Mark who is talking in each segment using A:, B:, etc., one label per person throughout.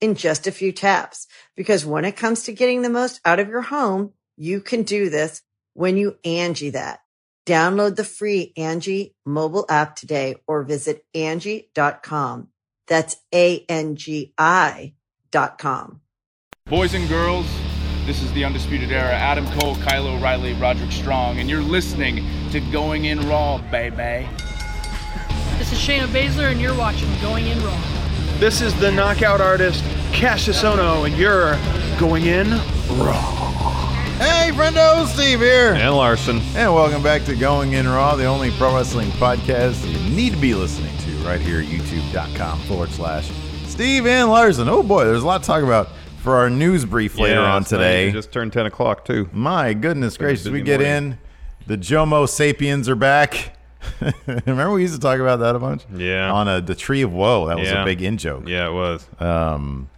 A: in just a few taps. Because when it comes to getting the most out of your home, you can do this when you Angie that. Download the free Angie mobile app today or visit Angie.com. That's A-N-G-I dot com.
B: Boys and girls, this is the Undisputed Era. Adam Cole, Kylo Riley, Roderick Strong, and you're listening to Going In Raw, baby.
C: This is Shayna Baszler, and you're watching Going In Raw.
D: This is the knockout artist Cassius Ono, and you're going in raw.
E: Hey, friendo, Steve here.
F: And Larson.
E: And welcome back to Going In Raw, the only pro wrestling podcast that you need to be listening to right here at youtube.com forward slash Steve and Larson. Oh boy, there's a lot to talk about for our news brief later
F: Yeah,
E: on
F: it's nice. It
E: today.
F: just turned 10 o'clock, too.
E: My goodness gracious, we
F: busy
E: get
F: morning.
E: in. The Jomo sapiens are back. Remember we used to talk about that a bunch?
F: Yeah.
E: On a, the Tree of Woe. That was
F: Yeah.
E: a big in joke.
F: Yeah, it was.
E: Um,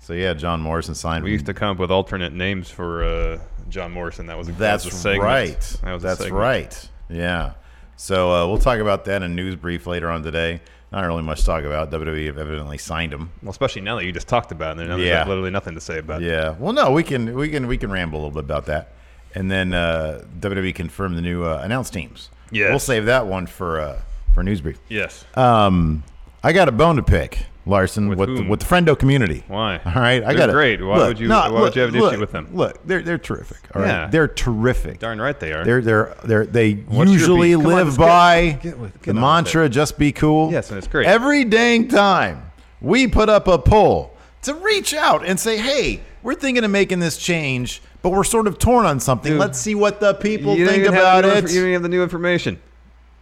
E: so yeah, John Morrison signed.
F: we used to come up with alternate names for uh, John Morrison. That was a,
E: That's
F: that was a segment.
E: right.
F: That was a
E: That's
F: segment.
E: right. Yeah. So uh, we'll talk about that in news brief later on today. Not really much to talk about. WWE have evidently signed him.
F: Well, especially now that you just talked about it. and There's
E: Yeah.
F: like literally nothing to say about it.
E: Yeah. Well, no, we can we can we can ramble a little bit about that, and then uh, WWE confirmed the new uh, announced teams.
F: Yes.
E: We'll save that one for uh, for news brief.
F: Yes.
E: Um, I got a bone to pick, Larson, with,
F: With
E: the,
F: whom?
E: with the friendo community.
F: Why?
E: All right, I
F: They're
E: got
F: great. Why would you- why would you have an issue with them?
E: Look, they're they're terrific. All right,
F: Yeah.
E: they're terrific.
F: Darn right they are.
E: They're they're they're they
F: What's your
E: usually
F: beef? Come on,
E: live
F: let's get-
E: by
F: get with-
E: the
F: get on with
E: mantra "just be cool."
F: Yes, and it's great.
E: Every dang time we put up a poll to reach out and say, "Hey, we're thinking of making this change, but we're sort of torn on something.
F: Dude,
E: Let's see what the people
F: you don't
E: think
F: even
E: about
F: have the new
E: it."
F: inf- you don't even have the new information.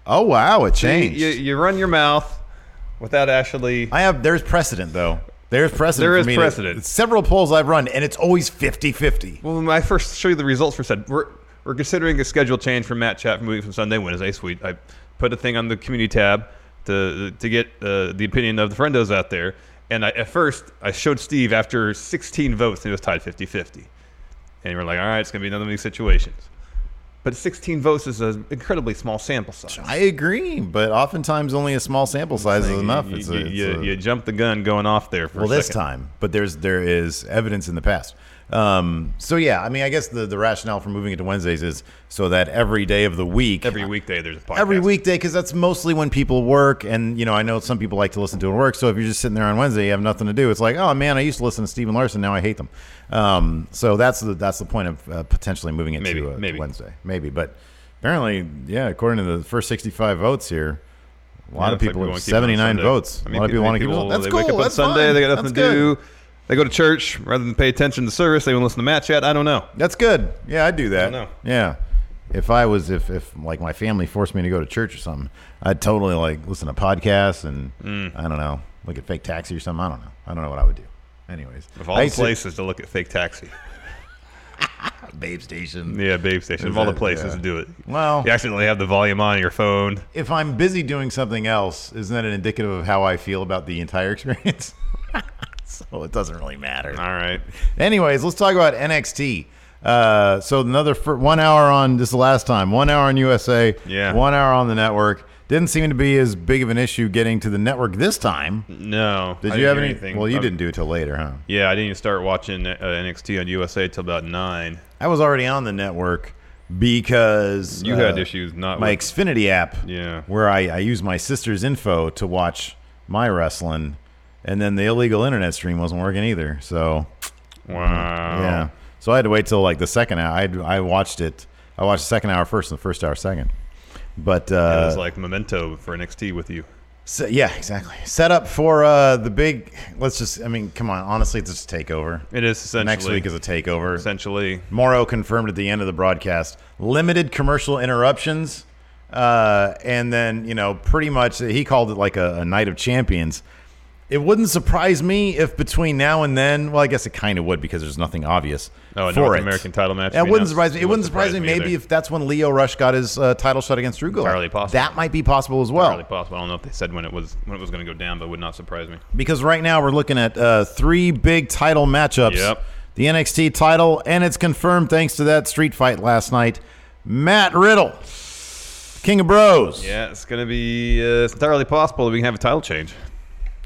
E: oh wow, it changed.
F: You, you run your mouth without actually.
E: I have there's precedent though. There's precedent.
F: There
E: for
F: is
E: me to-
F: precedent.
E: several polls I've run, and it's always 50-50.
F: Well, when I first showed you the results for said we're we're considering a schedule change for Matt Chat from moving from Sunday Wednesday. Sweet, I put a thing on the community tab to to get uh, the opinion of the friendos out there. And I, at first, I showed Steve after 16 votes, and it was tied 50-50. And we're like, all right, it's gonna be another one of these situations. But 16 votes is an incredibly small sample size.
E: I agree, but oftentimes only a small sample size is enough.
F: You,
E: It's a-
F: you,
E: it's
F: you,
E: a-
F: you jumped the gun going off there for
E: well
F: a
E: this
F: second.
E: time but there's there is evidence in the past um, so yeah i mean i guess the, the rationale for moving it to wednesdays is so that every day of the week
F: Every weekday, there's a podcast.
E: every weekday because that's mostly when people work and you know i know some people like to listen to it at work so if you're just sitting there on wednesday you have nothing to do it's like oh man i used to listen to steven larson now i hate them um, so that's the that's the point of uh, potentially moving it
F: Maybe,
E: to, uh, to
F: maybe.
E: wednesday maybe but apparently yeah according to the first 65 votes here a lot
F: Yeah,
E: of
F: it's like
E: people
F: we wanna
E: have
F: keep it on
E: 79
F: Sunday.
E: votes.
F: I
E: a
F: mean,
E: lot of people want to keep it on. That's
F: they
E: cool.
F: wake up on
E: that's
F: Sunday,
E: fine.
F: they got nothing
E: That's
F: to do.
E: good.
F: They go to church rather than pay attention to service. They want to listen to Matt Chat. I don't know.
E: That's good. Yeah, I'd do that.
F: don't know.
E: Yeah. If I was, if, if like my family forced me to go to church or something, I'd totally like listen to podcasts and
F: Mm.
E: I don't know, look at fake taxi or something. I don't know. I don't know what I would do. Anyways,
F: Of all
E: I
F: the
E: used to-
F: places to look at fake taxi.
E: Babe Station.
F: Yeah, babe station. Of all the
E: that-
F: places
E: yeah.
F: to do it.
E: Well-
F: you accidentally have the volume on your phone.
E: If I'm busy doing something else, isn't that an indicative of how I feel about the entire experience? so it doesn't really matter.
F: All right.
E: Anyways, let's talk about NXT. Uh, so another fir- one hour on this is the last time, one hour on USA,
F: Yeah.
E: one hour on the network. Didn't seem to be as big of an issue getting to the network this time.
F: No.
E: Did
F: I
E: you
F: didn't
E: have
F: hear
E: any- Well, you
F: Um,
E: didn't do it till later, huh?
F: Yeah, I didn't even start watching uh, NXT on USA till about nine.
E: I was already on the network because uh,
F: You had issues Uh, not
E: my
F: with-
E: Xfinity app.
F: Yeah.
E: where I, I use my sister's info to watch my wrestling, and then the illegal internet stream wasn't working either. So
F: Wow.
E: yeah, So I had to wait till like the second hour. I I watched it. I watched the second hour first and the first hour second. But uh,
F: it was like memento for NXT with you.
E: so, yeah, exactly. Set up for uh, the big. Let's just. I mean, come on. Honestly, it's just a takeover.
F: It is essentially
E: Next week is a takeover.
F: essentially
E: Morrow confirmed at the end of the broadcast limited commercial interruptions. Uh, and then, you know, pretty much he called it like a, a night of champions. It wouldn't surprise me if between now and then, well, I guess it kind of would because there's nothing obvious.
F: Oh, a
E: for
F: North
E: it.
F: American title match
E: That
F: we
E: wouldn't
F: announced.
E: surprise me. It,
F: It
E: wouldn't
F: wouldn't
E: surprise me
F: surprise me
E: maybe
F: either.
E: if that's when Leo Rush got his uh, title shot against Drew Gulak.
F: Entirely possible.
E: That might be possible as well.
F: entirely possible. I don't know if they said when it was when it was going to go down, but it would not surprise me.
E: because right now we're looking at uh, three big title matchups.
F: Yep.
E: The NXT title, and it's confirmed thanks to that street fight last night. Matt Riddle, King of Bros.
F: Yeah, it's going to be uh, it's entirely possible that we can have a title change.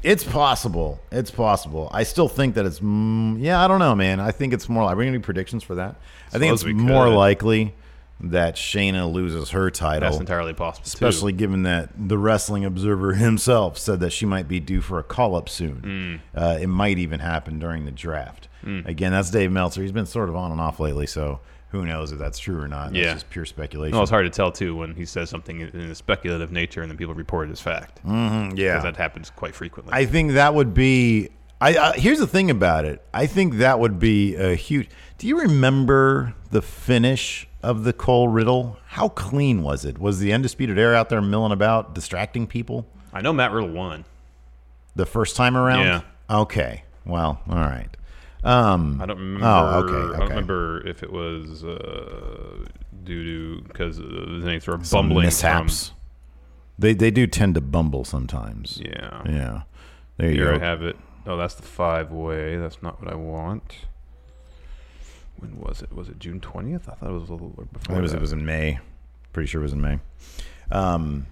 E: It's possible. It's possible. I still think that it's. Mm, yeah, I don't know, man. I think it's more. like We're gonna do predictions for that. I think
F: Suppose
E: it's
F: we
E: more
F: could.
E: likely that Shayna loses her title.
F: That's entirely possible. too.
E: Oh. especially given that the wrestling observer himself said that she might be due for a call up soon.
F: Mm.
E: Uh, it might even happen during the draft. Again, that's Dave Meltzer. He's been sort of on and off lately, so who knows if that's true or not? That's
F: Yeah.
E: just pure speculation.
F: No, it's hard to tell too when he says something in in a speculative nature and then people report it as fact. Because
E: yeah,
F: that happens quite frequently.
E: I think that would be. I uh, here's the thing about it. I think that would be a huge. Do you remember the finish of the Cole Riddle? How clean was it? Was the undisputed air out there milling about, distracting people?
F: I know Matt Riddle won.
E: The first time around?
F: Yeah.
E: Okay. Well, all right. Um,
F: I don't remember.
E: Oh, okay. okay.
F: I don't remember if it was uh, due to because the things were bumbling
E: mishaps. They they do tend to bumble sometimes.
F: From, yeah.
E: Yeah. There you
F: Here
E: go.
F: I have it. Oh, that's the five way. That's not what I want. When was it? Was it June twentieth? I thought it was a little or
E: I
F: before.
E: think it was
F: that.
E: it was in May. Pretty sure it was in May. Um.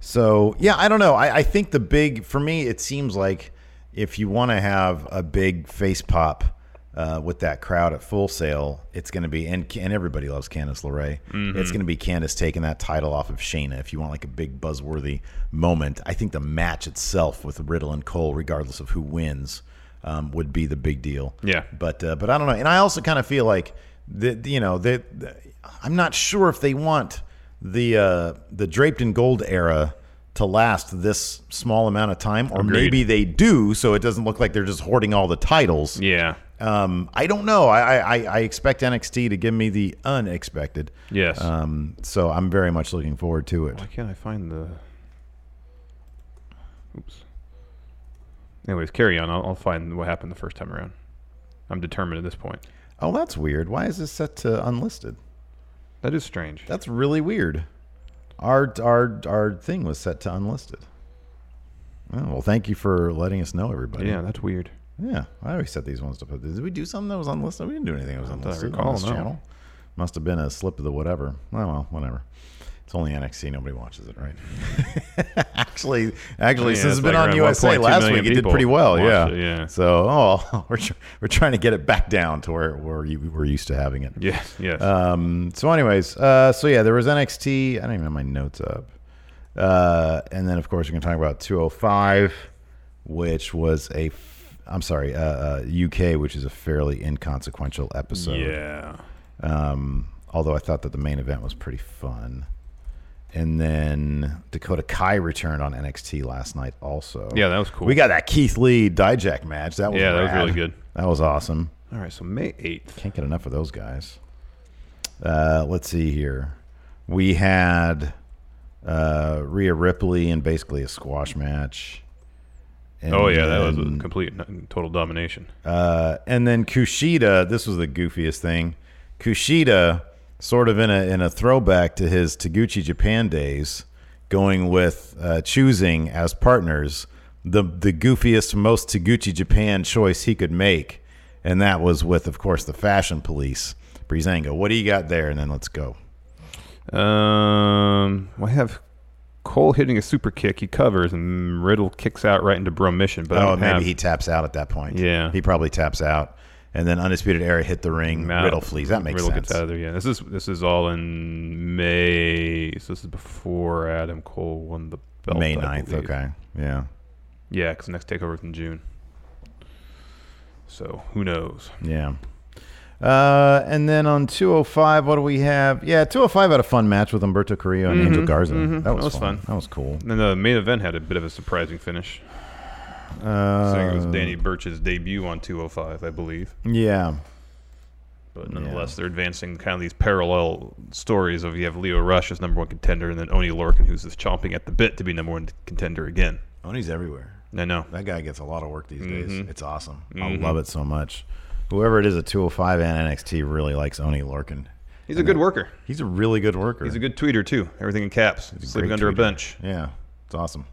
E: So yeah, I don't know. I, I think the big for me, it seems like if you want to have a big face pop uh, with that crowd at Full Sail, it's going to be and and everybody loves Candice LeRae. It's going to be Candice taking that title off of Shayna. If you want like a big buzzworthy moment, I think the match itself with Riddle and Cole, regardless of who wins, um, would be the big deal.
F: Yeah.
E: But uh, but I don't know, and I also kind of feel like that you know that that- I'm not sure if they want the uh, the draped in gold era to last this small amount of time, or
F: Agreed.
E: maybe they do, so it doesn't look like they're just hoarding all the titles.
F: Yeah.
E: Um, I don't know. I, I I- I expect NXT to give me the unexpected.
F: Yes.
E: Um, so I'm very much looking forward to it.
F: Why can't I find the? Oops. Anyways, carry on. I'll, I'll find what happened the first time around. I'm determined at this point.
E: Oh, that's weird. Why is this set to unlisted?
F: That is strange.
E: That's really weird. Our our our thing was set to unlisted. Oh, well, thank you for letting us know, everybody.
F: yeah, that's weird.
E: Yeah, I always set these ones to put. Did we do something that was unlisted? We didn't do anything that was
F: don't
E: unlisted
F: recall,
E: on this
F: no.
E: channel. Must have been a slip of the whatever. Oh well, whatever. It's only NXT. Nobody watches it, right? actually, actually,
F: Yeah,
E: since
F: it's
E: it's been
F: like
E: on
F: around
E: USA
F: 1.2
E: last
F: million
E: week, it did
F: people
E: pretty well.
F: watched
E: Yeah.
F: it, yeah.
E: So, oh, we're tr- we're trying to get it back down to where where you we're used to having it.
F: Yes. Uh, Yes.
E: Um, so, anyways, uh, so yeah, there was NXT. I don't even have my notes up. Uh, and then, of course, we're going to talk about 205, which was a, f- I'm sorry, uh, uh, UK, which is a fairly inconsequential episode.
F: yeah.
E: Um, although I thought that the main event was pretty fun. And then Dakota Kai returned on NXT last night, also.
F: Yeah, that was cool.
E: We got that Keith Lee Dijak match. That was
F: Yeah, that was
E: rad.
F: really good.
E: That was awesome.
F: All right. So May eighth.
E: Can't get enough of those guys. Uh, let's see here. We had uh, Rhea Ripley in basically a squash match. And
F: Oh yeah, that was
E: then,
F: a complete and total domination.
E: Uh, and then Kushida. This was the goofiest thing. Kushida, sort of in a in a throwback to his Taguchi Japan days, going with uh, choosing as partners the the goofiest, most Taguchi Japan choice he could make, and that was with, of course, the Fashion Police. Breezango, what do you got there? And then let's go.
F: Um, well, I have Cole hitting a super kick. He covers and Riddle kicks out right into Bromission. But I
E: Oh,
F: don't
E: maybe
F: have-
E: he taps out at that point.
F: Yeah.
E: he probably taps out, and then Undisputed Era hit the ring.
F: Now,
E: Riddle flees. That makes
F: Riddle
E: sense.
F: gets out of there. Yeah, this is this is all in May. So this is before Adam Cole won the belt.
E: May
F: I
E: 9th,
F: believe.
E: Okay, yeah.
F: Yeah, because next takeover is in June. So who knows?
E: Yeah. Uh, and then on 205, what do we have? Yeah, 205 had a fun match with Umberto Carrillo and Angel Garza. That, was
F: Mm-hmm. was
E: fun.
F: fun.
E: That was cool.
F: And then the main event had a bit of a surprising finish.
E: Uh,
F: Saying it was Danny Birch's debut on 205, I believe.
E: yeah.
F: But nonetheless, they're advancing kind of these parallel stories of you have Leo Rush as number one contender, and then Oni Lorcan, who's just chomping at the bit to be number one contender again.
E: Oni's Oh, everywhere.
F: I know.
E: That guy gets a lot of work these
F: Mm-hmm.
E: days. It's awesome. I love it so much. Whoever it is at 205 and NXT really likes Oni Lorcan.
F: He's a good worker.
E: He's a really good worker.
F: He's a good tweeter, too. Everything in caps. Sleeping
E: great
F: under a
E: tweeter.
F: bench.
E: Yeah, it's awesome.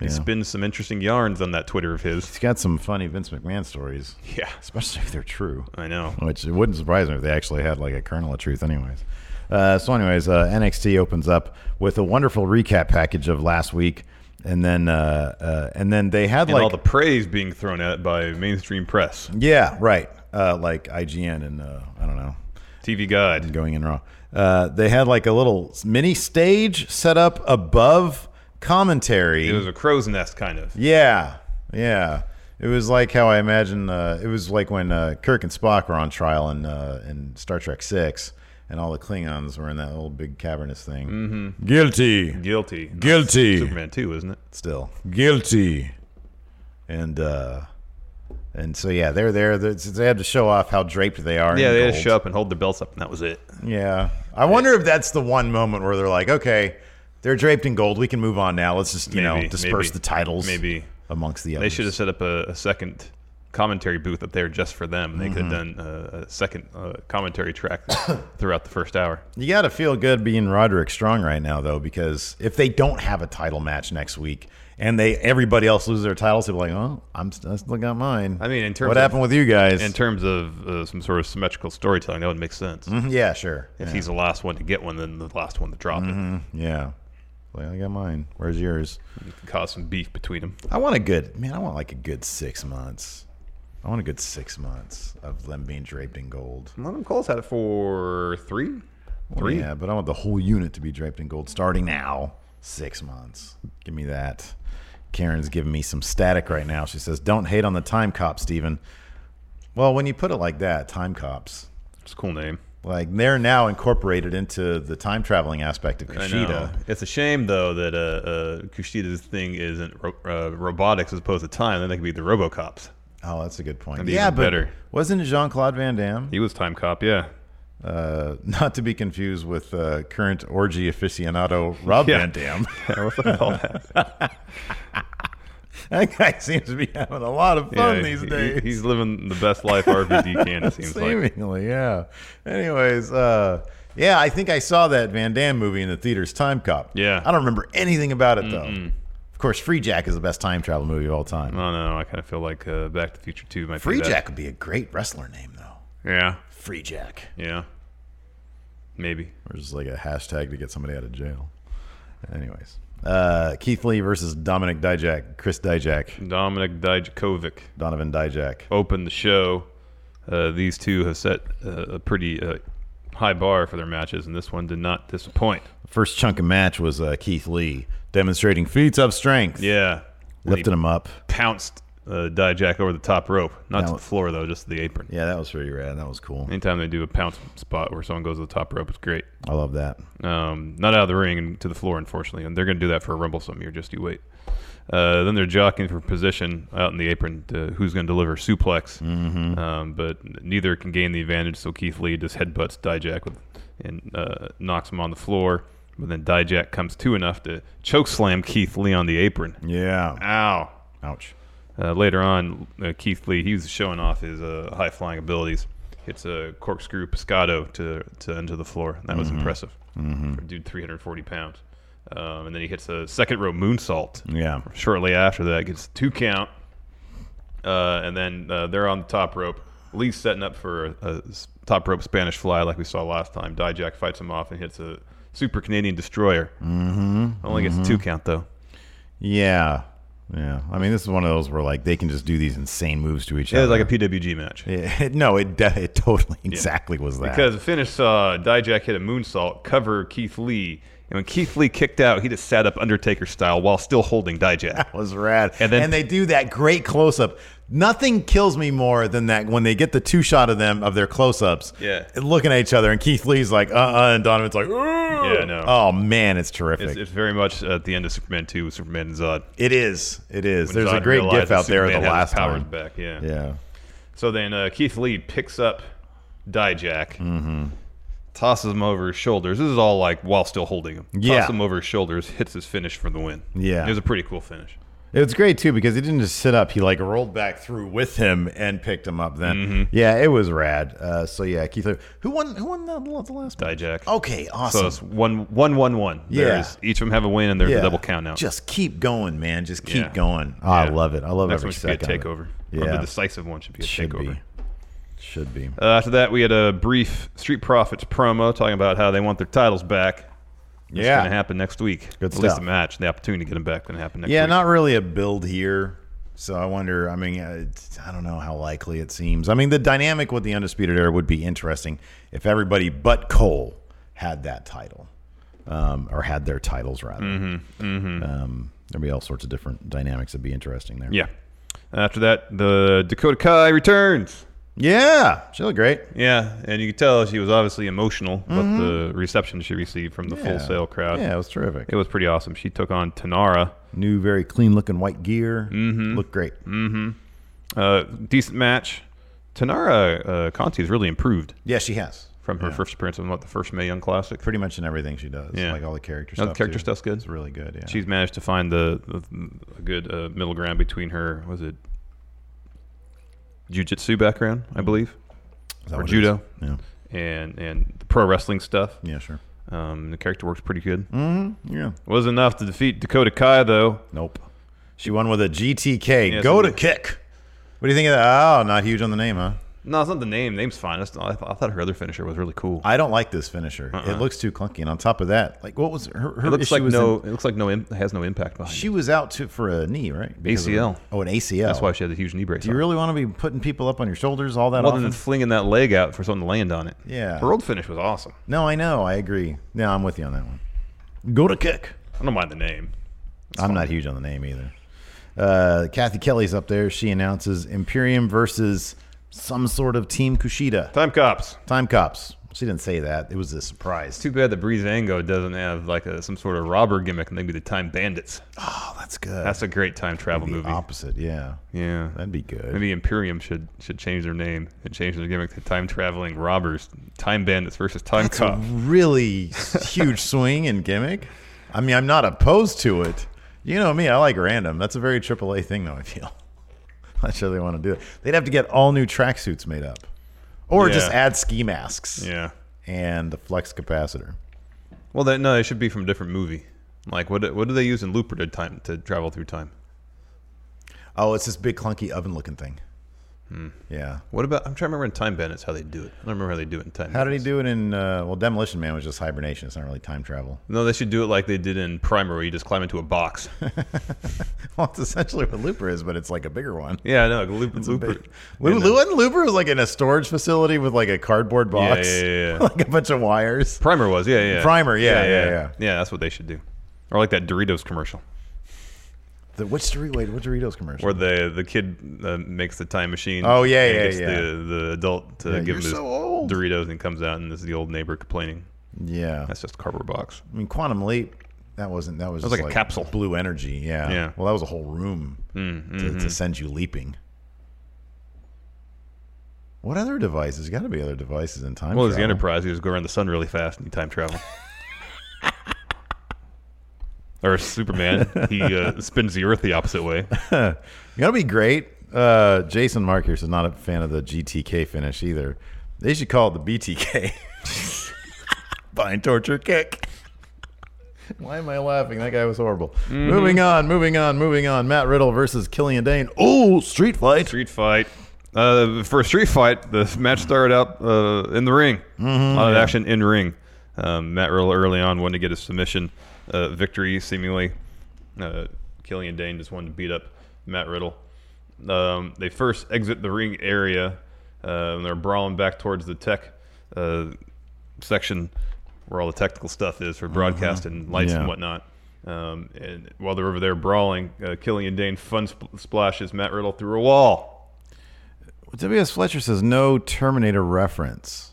F: He
E: Yeah.
F: spins some interesting yarns on that Twitter of his.
E: He's got some funny Vince McMahon stories,
F: Yeah.
E: especially if they're true.
F: I know.
E: Which it wouldn't surprise me if they actually had like a kernel of truth, anyways. Uh, so, anyways, uh, NXT opens up with a wonderful recap package of last week, and then uh, uh, and then they had
F: And
E: like
F: all the praise being thrown at it by mainstream press,
E: yeah, right, uh, like IGN and uh, I don't know,
F: TV Guide.
E: going in raw. Uh, they had like a little mini stage set up above commentary.
F: It was a crow's nest, kind of.
E: Yeah, yeah. It was like how I imagine. Uh, it was like when uh, Kirk and Spock were on trial in uh, in Star Trek Six, and all the Klingons were in that little big cavernous thing. Mm-hmm. Guilty,
F: Guilty.
E: guilty,
F: Superman 2, isn't it?
E: still guilty, and uh, and so yeah, they're there. They they had to show off how draped they are.
F: Yeah,
E: in
F: they had
E: gold.
F: to show up and hold their belts up, and that was it.
E: Yeah, I wonder if that's the one moment where they're like, okay, they're draped in gold. We can move on now. Let's just you know
F: Maybe,
E: disperse
F: maybe,
E: the titles
F: maybe.
E: amongst the others.
F: They should have set up a, a second commentary booth up there just for them. They could have done a, a second uh, commentary track throughout the first hour.
E: You got to feel good being Roderick Strong right now, though, because if they don't have a title match next week and they everybody else loses their titles, they'll be like, "Oh, I'm st- I still got mine."
F: I mean, in terms
E: what
F: of-
E: happened with you guys?
F: In terms of uh, some sort of symmetrical storytelling, that would make sense.
E: yeah, sure.
F: If
E: yeah.
F: he's the last one to get one, then the last one to drop it
E: yeah, like I got mine. Where's yours?
F: Could cause some beef between them.
E: I want a good man. I want like a good six months. I want a good six months of them being draped in gold.
F: London Cole's had it for three.
E: Three, yeah, but I want the whole unit to be draped in gold starting now. Six months. Give me that. Karen's giving me some static right now. She says, "Don't hate on the time cop, Steven. Well, when you put it like that, time cops,
F: It's a cool name.
E: like they're now incorporated into the time traveling aspect of
F: I know.
E: Kushida.
F: It's a shame though that uh, uh, Kushida's thing isn't ro- uh, robotics as opposed to time. Then they could be the RoboCops.
E: Oh, that's a good point.
F: That'd be
E: yeah,
F: even
E: but
F: better.
E: wasn't it Jean Claude Van Damme?
F: He was time cop, yeah.
E: Uh, not to be confused with uh, current orgy aficionado Rob
F: Yeah.
E: Van Dam.
F: what the hell? happened?
E: that guy seems to be having a lot of fun
F: Yeah,
E: these
F: he-
E: days.
F: he's living the best life RVD can. It seems like.
E: Seemingly, yeah. Anyways, uh, yeah, I think I saw that Van Damme movie in the theaters, Time Cop.
F: Yeah.
E: I don't remember anything about it, though. Of course, Free Jack is the best time travel movie of all time.
F: Oh no, I kind of feel like uh, Back to the Future Two might
E: Free
F: be that.
E: Jack would be a great wrestler name, though.
F: Yeah,
E: Free Jack.
F: yeah, maybe.
E: Or just like a hashtag to get somebody out of jail. Anyways, uh, Keith Lee versus Dominic Dijak, Chris Dijak,
F: Dominic Dijakovic
E: Donovan Dijak.
F: opened the show. Uh, these two have set uh, a pretty uh, high bar for their matches, and this one did not disappoint.
E: First chunk of match was uh, Keith Lee demonstrating feats of strength.
F: Yeah, And he
E: Lifted him up.
F: pounced uh, Dijak over the top rope, not to
E: Now-
F: the floor though, just to the apron.
E: Yeah, that was pretty rad. That was cool.
F: Anytime they do a pounce spot where someone goes to the top rope, it's great.
E: I love that.
F: um, not out of the ring and to the floor, unfortunately. And they're going to do that for a Rumble some year. Just you wait. Uh, then they're jockeying for position out in the apron to who's going to deliver suplex. Um, but neither can gain the advantage, so Keith Lee just headbutts Dijak with, and uh, knocks him on the floor. But then Dijak comes to enough to choke slam Keith Lee on the apron.
E: Yeah.
F: Ow.
E: Ouch.
F: Uh, later on, uh, Keith Lee, he was showing off his uh, high flying abilities. Hits a corkscrew pescado to to enter the floor. That was impressive. For a dude, 340 pounds. Um, and then he hits a second row moonsault.
E: Yeah.
F: Shortly after that, gets two count. Uh, and then uh, they're on the top rope. Lee's setting up for a, a s- top rope Spanish fly like we saw last time. Dijak fights him off and hits a super Canadian destroyer. Mm-hmm. Only gets a two count, though.
E: Yeah. Yeah. I mean, this is one of those where like they can just do these insane moves to each
F: It
E: other.
F: was like a PWG match.
E: Yeah, no, it de- it totally exactly was that.
F: Because the finish saw Dijak hit a moonsault, cover Keith Lee, and when Keith Lee kicked out, he just sat up Undertaker style while still holding Dijak.
E: it was rad.
F: And then-
E: and they do that great close up. Nothing kills me more than that when they get the two shot of them of their close ups.
F: Yeah.
E: Looking at each other, and Keith Lee's like, uh uh and Donovan's like, yeah,
F: no.
E: Oh, man, it's terrific.
F: It's, it's very much at the end of Superman uh, 2 with Superman and Zod.
E: It is. It is.
F: When
E: There's a
F: Zod
E: great
F: realized
E: gif
F: that
E: out there of the
F: Superman had his
E: last
F: powers
E: time.
F: back. Yeah.
E: Yeah.
F: So then uh, Keith Lee picks up Dijak,
E: Mm-hmm.
F: tosses him over his shoulders. This is all like while still holding him.
E: Yeah.
F: Tosses him over his shoulders, hits his finish for the win.
E: Yeah.
F: It was a pretty cool finish.
E: It was great too because he didn't just sit up; he like rolled back through with him and picked him up. Then,
F: Mm-hmm.
E: yeah, it was rad. Uh, so yeah, Keith, Lee- who won? Who won the, the last? one?
F: Dijak.
E: Okay,
F: So
E: Oh, awesome.
F: it's one, one, one, one.
E: Yeah.
F: There's, each of them have a win, and there's
E: yeah,
F: a double count out.
E: Just keep going, man. Just keep
F: Yeah.
E: going. Oh, I
F: Yeah.
E: love it. I love
F: Next
E: every
F: one should
E: second.
F: be a
E: of
F: takeover.
E: it.
F: Or the
E: Yeah,
F: decisive one should be a
E: should
F: takeover.
E: be. Should be.
F: Uh, after that, we had a brief Street Profits promo talking about how they want their titles back. It's
E: Yeah.
F: going to happen next week.
E: Good
F: At least
E: stuff.
F: the match, the opportunity to get them back, going to happen next
E: Yeah,
F: week.
E: not really a build here. So I wonder. I mean, uh, it's, I don't know how likely it seems. I mean, the dynamic with the undisputed era would be interesting if everybody but Cole had that title, um, or had their titles rather.
F: Mm-hmm.
E: Um, there'd be all sorts of different dynamics that'd be interesting there.
F: Yeah. After that, the Dakota Kai returns.
E: yeah, she looked great.
F: Yeah, and you can tell she was obviously emotional with the reception she received from the
E: Mm-hmm. Yeah.
F: full sale crowd.
E: Yeah, it was terrific.
F: It was pretty awesome. She took on Tanara.
E: New, very clean looking white gear. Mm-hmm. Looked great.
F: Uh, decent match. Tanara uh, Conti has really improved
E: Yeah, she has
F: from her first appearance in what the first Mae Young Classic.
E: pretty much in everything she does.
F: Yeah.
E: like all the character
F: Now
E: stuff.
F: the character
E: too.
F: stuff's good.
E: It's really good. Yeah,
F: She's managed to find the, the- a good uh, middle ground between her was it jujitsu background,
E: Mm-hmm.
F: I believe,
E: Is that
F: or
E: what it is?
F: judo,
E: Yeah.
F: and and the pro wrestling stuff.
E: Yeah, sure.
F: Um, the character works pretty good.
E: Mm. Yeah.
F: Was enough to defeat Dakota Kai though.
E: Nope. She won with a GTK.
F: Yeah,
E: Go
F: so-
E: to kick. What do you think of that? Oh, not huge on the name, huh?
F: No, it's not the name. Name's fine. It's not, I, th- I thought her other finisher was really cool.
E: I don't like this finisher. It looks too clunky. And on top of that, like what was her? her
F: Uh-uh. it looks
E: issue
F: like
E: was
F: no.
E: in-
F: it looks like no. Im- has no impact behind.
E: she
F: it.
E: was out to for a knee, right? Because of-
F: ACL.
E: oh, an ACL.
F: That's why she had the huge knee brace.
E: Do you
F: on.
E: really want to be putting people up on your shoulders all that
F: Other
E: often?
F: than flinging that leg out for something to land on it.
E: Yeah.
F: Her old finish was awesome.
E: no, I know. I agree. No, I'm with you on that one. Go to kick.
F: I don't mind the name.
E: I'm not huge on the name either. Uh, Kathy Kelly's up there. She announces Imperium versus some sort of Team Kushida.
F: Time cops.
E: Time cops. She didn't say that. It was a surprise.
F: Too bad the Breezango doesn't have like a, some sort of robber gimmick, and they'd be the Time Bandits.
E: Oh, that's good.
F: That's a great time travel movie.
E: opposite. Yeah,
F: yeah,
E: that'd be good.
F: Maybe Imperium should should change their name and change their gimmick to Time Traveling Robbers, Time Bandits versus Time
E: That's a
F: Cops.
E: really huge swing and gimmick. I mean, I'm not opposed to it. You know me, I like random. That's a very AAA thing, though. I feel. Not sure they want to do it. They'd have to get all new tracksuits made up, or just
F: Yeah.
E: add ski masks
F: Yeah.
E: and the flex capacitor.
F: Well, that, no, it should be from a different movie. Like, what do- what do they use in Looper to time to travel through time?
E: Oh, it's this big clunky oven-looking thing.
F: Hmm.
E: Yeah.
F: What about? I'm trying to remember in Time Bandits how they do it. I don't remember how they do it in Time.
E: How did he
F: Bandits.
E: do it in? Uh, well, Demolition Man was just hibernation. It's not really time travel.
F: No, they should do it like they did in Primer, where you just climb into a box.
E: Well, it's essentially what Looper is, but it's like a bigger one.
F: yeah, no, Looper. Looper.
E: Lu-
F: and uh,
E: Lu-
F: then-
E: wasn't Looper was like in a storage facility with like a cardboard
F: Yeah,
E: box,
F: yeah, yeah, yeah.
E: like a bunch of wires.
F: Primer was, yeah, yeah.
E: Primer, yeah, yeah, yeah.
F: Yeah, that's what they should do. Or like that Doritos commercial
E: The, which Dorito? Wait, what Doritos commercial?
F: where the the kid uh, makes the time machine.
E: Oh, yeah,
F: and
E: yeah,
F: gets
E: yeah.
F: The, the adult to
E: Yeah,
F: give
E: you're
F: him his
E: so old.
F: Doritos and comes out and this is the old neighbor complaining.
E: yeah,
F: That's just a cardboard box.
E: I mean Quantum Leap. That wasn't. That was,
F: That was
E: just
F: like a capsule.
E: Blue energy. Yeah.
F: Yeah. Hmm, mm-hmm.
E: Well, that was a whole room to, to send you leaping. What other devices? Got to be other devices in time.
F: Well, there's the
E: travel.
F: Enterprise. You just go around the sun really fast and you time travel. or Superman, he uh, spins the Earth the opposite way.
E: You know, it'd be great. Uh, Jason Mark here is not a fan of the GTK finish either. They should call it the BTK. Bind torture kick. Why am I laughing? That guy was horrible.
F: Mm-hmm.
E: Moving on, moving on, moving on. Matt Riddle versus Killian Dane. Oh, street fight.
F: Street fight. Uh, for a street fight, the match started out uh, in the ring. a lot of action in ring. Um, Matt Riddle early on wanted to get a submission uh, victory, seemingly. Uh, Killian Dane just wanted to beat up Matt Riddle. Um, they first exit the ring area. Uh, and they're brawling back towards the tech uh, section where all the technical stuff is for broadcast and lights
E: Yeah.
F: and whatnot. Um, and while they're over there brawling, uh, Killian Dane fun spl- splashes Matt Riddle through a wall.
E: W.S. Fletcher says no Terminator reference.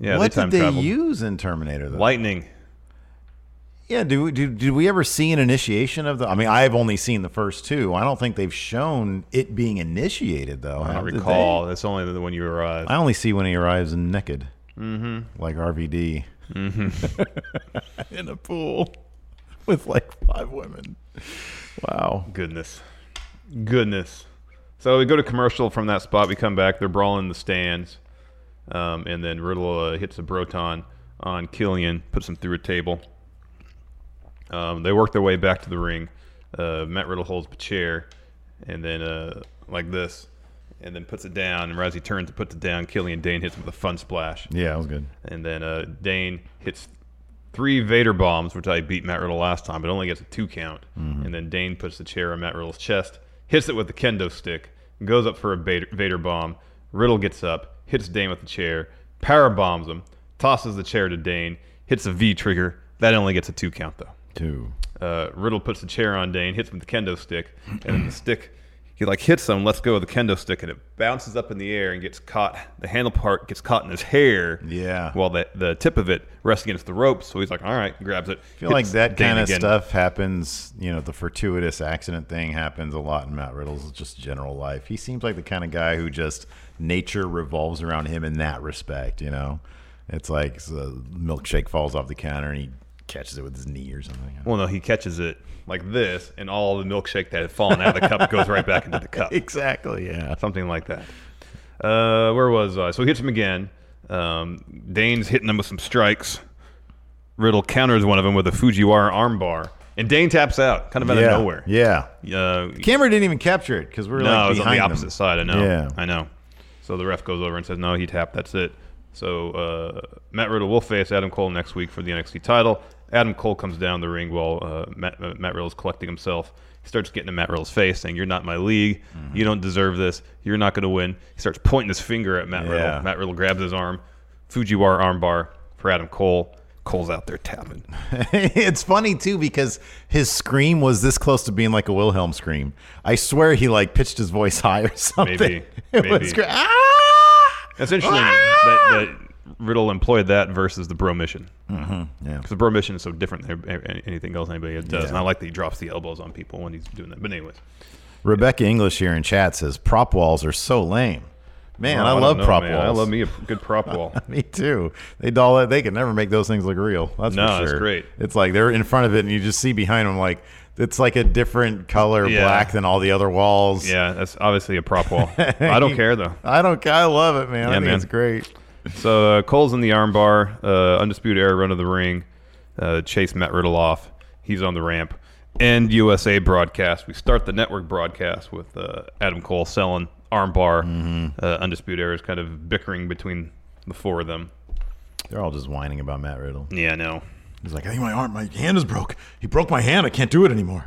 F: Yeah,
E: what
F: they time
E: did they
F: traveled.
E: use in Terminator? Though?
F: Lightning.
E: Yeah, do, do did we ever see an initiation of the? I mean, I've only seen the first two. I don't think they've shown it being initiated though.
F: I
E: have-
F: don't
E: did they?
F: recall. That's only the one you uh, arrived.
E: I only see when he arrives naked, mm-hmm. like RVD, mm-hmm. in a pool with like five women. Wow.
F: Goodness. Goodness. So we go to commercial from that spot. We come back. They're brawling in the stands. Um, and then Riddle uh, hits a Broton on Killian, puts him through a table. Um, they work their way back to the ring. Uh, Matt Riddle holds a chair and then uh, like this and then puts it down. And as he turns to put it down, Killian Dane hits him with a fun splash.
E: Yeah, that was good.
F: And then uh, Dane hits three Vader bombs, which I beat Matt Riddle last time, but only gets a two count. And then Dane puts the chair on Matt Riddle's chest, hits it with the kendo stick, goes up for a Vader, Vader bomb. Riddle gets up, hits Dane with the chair, power bombs him, tosses the chair to Dane, hits a V trigger. That only gets a two count though
E: Two.
F: uh, Riddle puts the chair on Dane, hits him with the kendo stick, and then the stick he like hits him, lets go of the kendo stick, and it bounces up in the air and gets caught. The handle part gets caught in his hair.
E: Yeah.
F: While the the tip of it rests against the rope, so he's like, all right, grabs it.
E: I feel like
F: hits
E: that
F: Dane
E: kind of
F: again.
E: stuff happens. You know, the fortuitous accident thing happens a lot in Matt Riddle's just general life. He seems like the kind of guy who just nature revolves around him in that respect. You know, it's like the milkshake falls off the counter and he catches it with his knee or something.
F: Well, no, he catches it like this, and all the milkshake that had fallen out of the cup goes right back into the cup.
E: exactly. Yeah.
F: something like that. Uh, where was I? So he hits him again. Um, Dane's hitting him with some strikes. Riddle counters one of them with a Fujiwara armbar, and Dane taps out, kind of out
E: yeah.
F: of nowhere.
E: Yeah.
F: Uh,
E: Camera didn't even capture it because we were
F: no,
E: like
F: it was on the
E: behind them.
F: opposite side. I know.
E: Yeah.
F: I know. So the ref goes over and says, "No, he tapped. That's it." So uh, Matt Riddle will face Adam Cole next week for the NXT title. Adam Cole comes down the ring while uh, Matt, uh, Matt Riddle's collecting himself. He starts getting in Matt Riddle's face, saying, "You're not my league.
E: Mm-hmm.
F: You don't deserve this. You're not going to win." He starts pointing his finger at Matt
E: Yeah.
F: Riddle. Matt Riddle grabs his arm, Fujiwara armbar for Adam Cole. Cole's out there tapping.
E: it's funny too because his scream was this close to being like a Wilhelm scream. I swear he like pitched his voice high or something.
F: Maybe,
E: It
F: maybe.
E: was cra- Ah!
F: That's interesting that, that Riddle employed that versus the bro mission.
E: Mm-hmm, Yeah.
F: Because the bro mission is so different than a- anything else anybody does. And I like that he drops the elbows on people when he's doing that. But anyways,
E: Rebecca English here in chat says prop walls are so lame. Man,
F: Oh,
E: I
F: don't
E: love
F: know,
E: prop
F: man.
E: walls.
F: I love me a good prop wall.
E: Me too. They doll they can never make those things look real. That's
F: No,
E: for
F: that's
E: sure.
F: great.
E: It's like they're in front of it and you just see behind them like it's like a different color
F: Yeah.
E: black than all the other walls.
F: yeah, that's obviously a prop wall. I don't care though.
E: I don't I love it, man. I
F: Yeah,
E: think
F: man.
E: it's great.
F: So uh, Cole's in the armbar, uh, undisputed era run of the ring. Uh, chase Matt Riddle off. He's on the ramp. End USA broadcast. We start the network broadcast with uh, Adam Cole selling armbar. Uh, undisputed era is kind of bickering between the four of them.
E: They're all just whining about Matt Riddle.
F: Yeah, I know.
E: He's like, I think my arm, my hand is broke. He broke my hand. I can't do it anymore.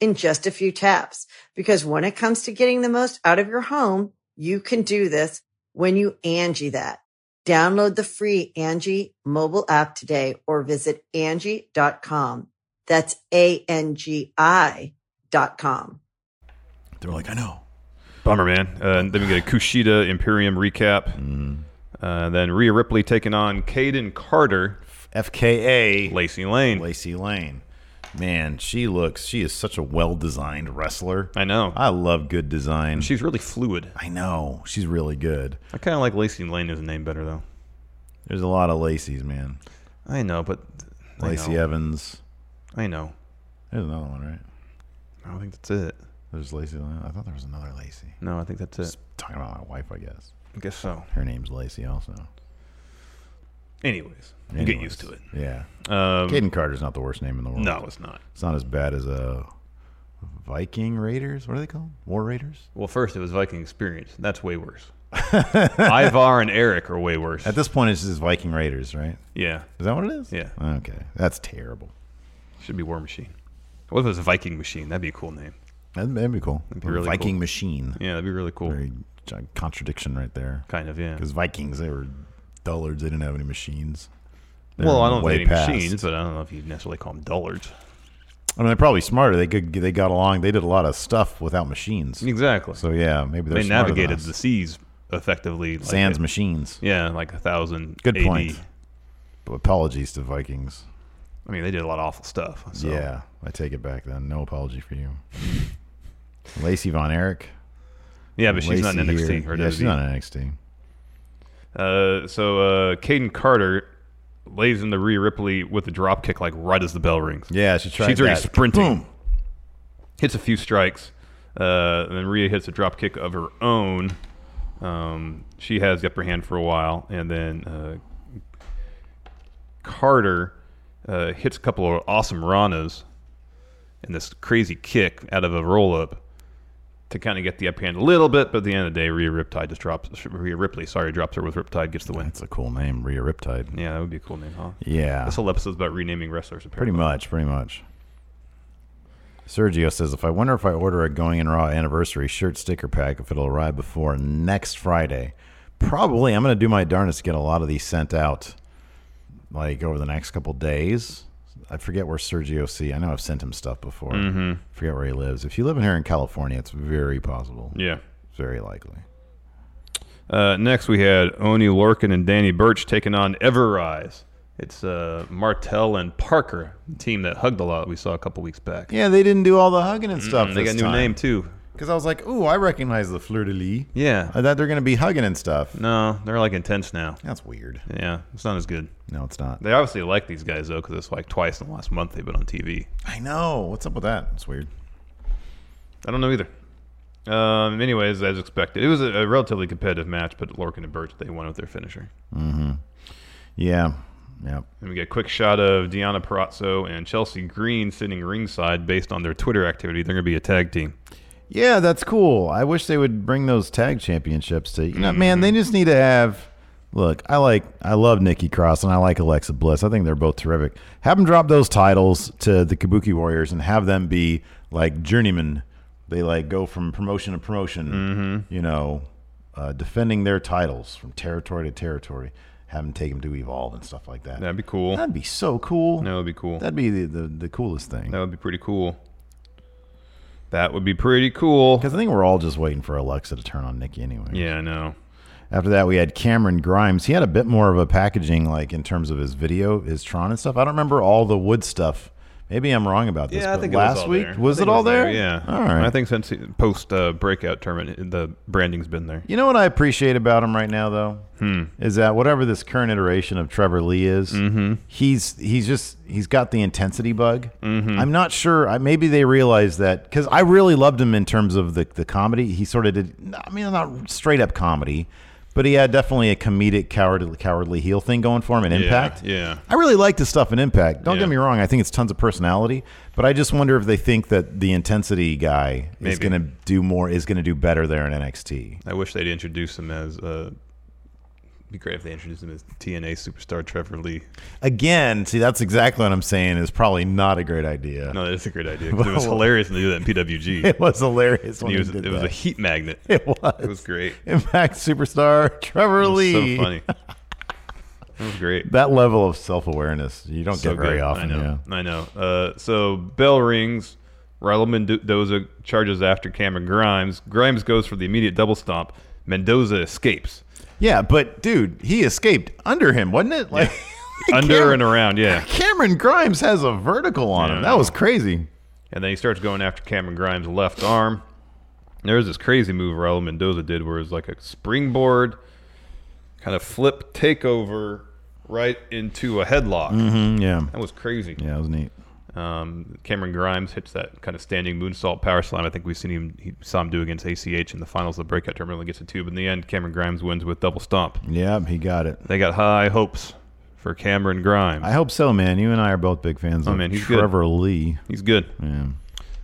A: in just a few taps. Because when it comes to getting the most out of your home, you can do this when you Angie that. Download the free Angie mobile app today or visit Angie.com. That's A-N-G-I dot com.
E: They're like, I know.
F: Bummer, man. Uh, then we get a Kushida Imperium recap. Uh, then Rhea Ripley taking on Caden Carter,
E: FKA
F: Lacey Lane.
E: Lacey Lane. Man, she looks, she is such a well designed wrestler.
F: I know.
E: I love good design.
F: She's really fluid.
E: I know. She's really good.
F: I kind of like Lacey Lane as a name better, though.
E: There's a lot of Lacey's, man.
F: I know, but I
E: Lacey
F: know.
E: Evans.
F: I know.
E: There's another one, right?
F: I don't think that's it.
E: There's Lacey. Lane. I thought there was another Lacey.
F: No, I think that's it.
E: Talking about my wife, I guess.
F: I guess so.
E: Her name's Lacey also.
F: Anyways, you get
E: Anyways.
F: used to it.
E: Yeah.
F: Um,
E: Caden Carter's not the worst name in the world.
F: no, it's not.
E: It's not as bad as uh, Viking Raiders. What are they called? War Raiders?
F: Well, first it was Viking Experience. That's way worse. Ivar and Eric are way worse.
E: At this point, it's just Viking Raiders, right?
F: yeah,
E: Is that what it is?
F: Yeah.
E: Okay. That's terrible.
F: should be War Machine. What if it was Viking Machine? That'd be a cool name.
E: That'd, that'd be cool.
F: be really
E: Viking
F: cool.
E: Machine.
F: Yeah, that'd be really cool.
E: Very giant contradiction right there.
F: Kind of, yeah.
E: Because Vikings, they were dullards. They didn't have any machines. They
F: Well,
E: were
F: I don't
E: way
F: think any
E: past.
F: machines, but I don't know if you'd necessarily call them dullards.
E: I mean, they're probably smarter. They could. They got along. They did a lot of stuff without machines.
F: Exactly.
E: So yeah, maybe they're
F: they
E: smarter than
F: navigated
E: us.
F: the seas effectively. Like
E: sans
F: a-
E: machines.
F: Yeah, like a thousand.
E: Good
F: AD.
E: point. But apologies to Vikings.
F: I mean, they did a lot of awful stuff. So.
E: Yeah, I take it back then. No apology for you. Lacey Von Erich.
F: Yeah, but she's not in
E: Lacey
F: NXT.
E: here.
F: Or
E: yeah, she's
F: WWE.
E: not in NXT.
F: Uh, so uh, Caden Carter lays into Rhea Ripley with a drop kick like right as the bell rings.
E: Yeah, she tried
F: She's already
E: that.
F: sprinting.
E: Boom.
F: Hits a few strikes. Uh, and then Rhea hits a drop kick of her own. Um, she has the upper hand for a while, and then uh, Carter uh, hits a couple of awesome Ranas and this crazy kick out of a roll up to kind of get the upper hand a little bit. But at the end of the day, Rhea Riptide just drops Rhea Ripley. Sorry, drops her with Riptide, gets the win.
E: That's a cool name, Rhea Riptide.
F: Yeah, that would be a cool name, huh?
E: Yeah,
F: This whole episode's about renaming wrestlers,
E: pretty
F: apparently.
E: much, pretty much. Sergio says, if I wonder if I order a Going in Raw anniversary shirt sticker pack, if it'll arrive before next Friday, probably. I'm going to do my darndest to get a lot of these sent out, like over the next couple days. I forget where Sergio C. I know I've sent him stuff before.
F: Mm-hmm.
E: Forget where he lives. If you live in here in California, it's very possible.
F: Yeah.
E: It's very likely.
F: Uh, next, we had Oni Lorkin and Danny Birch taking on Everrise. It's uh, Martel and Parker, the team that hugged a lot we saw a couple weeks back.
E: Yeah, they didn't do all the hugging and stuff.
F: Mm, they got a new name, too.
E: Because I was like, ooh, I recognize the fleur de lis.
F: Yeah.
E: I thought they're going to be hugging and stuff.
F: No, they're like intense now.
E: That's weird.
F: Yeah, it's not as good.
E: No, it's not.
F: They obviously like these guys, though, because it's like twice in the last month they've been on TV.
E: I know. What's up with that? It's weird.
F: I don't know either. Um, anyways, as expected, it was a, a relatively competitive match, but Lorkin and Birch, they won with their finisher.
E: Yeah. Yep.
F: And we get a quick shot of Deanna Perazzo and Chelsea Green sitting ringside based on their Twitter activity. They're going to be a tag team.
E: Yeah, that's cool. I wish they would bring those tag championships to you know, man,
F: Mm-hmm.
E: they just need to have look, I like I love Nikki Cross and I like Alexa Bliss. I think they're both terrific. Have them drop those titles to the Kabuki Warriors and have them be like journeymen. They like go from promotion to promotion,
F: Mm-hmm.
E: you know, uh, defending their titles from territory to territory. Have them take them to evolve and stuff like that.
F: That'd be cool.
E: That'd be so cool.
F: That would be cool.
E: That'd be the, the, the coolest thing.
F: That would be pretty cool. That would be pretty cool.
E: Because I think we're all just waiting for Alexa to turn on Nikki anyway.
F: Yeah, I know.
E: After that, we had Cameron Grimes. He had a bit more of a packaging, like in terms of his video, his Tron and stuff. I don't remember all the wood stuff. Maybe I'm wrong about this.
F: Yeah, I
E: but
F: think
E: last week was it all there?
F: Yeah.
E: All right.
F: I think since post uh, breakout tournament, the branding's been there.
E: You know what I appreciate about him right now, though,
F: Hmm.
E: is that whatever this current iteration of Trevor Lee is,
F: Mm-hmm.
E: he's he's just he's got the intensity bug.
F: Mm-hmm.
E: I'm not sure. I, maybe they realize that because I really loved him in terms of the the comedy. He sort of did. I mean, not straight up comedy, but he had definitely a comedic cowardly cowardly heel thing going for him. An impact.
F: yeah.
E: I really like this stuff in Impact. Don't
F: Yeah.
E: get me wrong. I think it's tons of personality, but I just wonder if they think that the intensity guy is
F: Maybe.
E: going to do more, is going to do better there in NXT.
F: I wish they'd introduce him as. Uh, it'd be great if they introduced him as TNA superstar Trevor Lee.
E: Again, see, that's exactly what I'm saying is probably not a great idea.
F: No, that's a great idea. 'cause it was hilarious to do that in PWG.
E: It was hilarious when
F: He
E: he
F: was,
E: did
F: it was a
E: that.
F: heat magnet.
E: It was.
F: It was great.
E: Impact superstar Trevor
F: It was
E: Lee.
F: so funny. That was great.
E: That level of self awareness you don't
F: so
E: get very
F: good.
E: often.
F: I
E: Yeah.
F: know. I know. Uh, so bell rings. Raul Mendoza charges after Cameron Grimes. Grimes goes for the immediate double stomp. Mendoza escapes
E: Yeah, but dude, he escaped under him, wasn't it? Like
F: under and around. Yeah.
E: Cameron Grimes has a vertical on
F: Yeah, I
E: him. That was crazy.
F: And then he starts going after Cameron Grimes' left arm. There was this crazy move Raul Mendoza did where it was like a springboard, kind of flip takeover right into a headlock.
E: Mm, yeah.
F: That was crazy.
E: Yeah, it was neat.
F: Um, Cameron Grimes hits that kind of standing moonsault power slam. I think we've seen him, he saw him do against ACH in the finals of the breakout tournament. Only gets a two, but in the end, Cameron Grimes wins with double stomp.
E: Yeah, he got it.
F: They got high hopes for Cameron Grimes.
E: I hope so, man. You and I are both big fans
F: Oh,
E: of
F: man, he's good.
E: Trevor Lee.
F: He's good.
E: Yeah.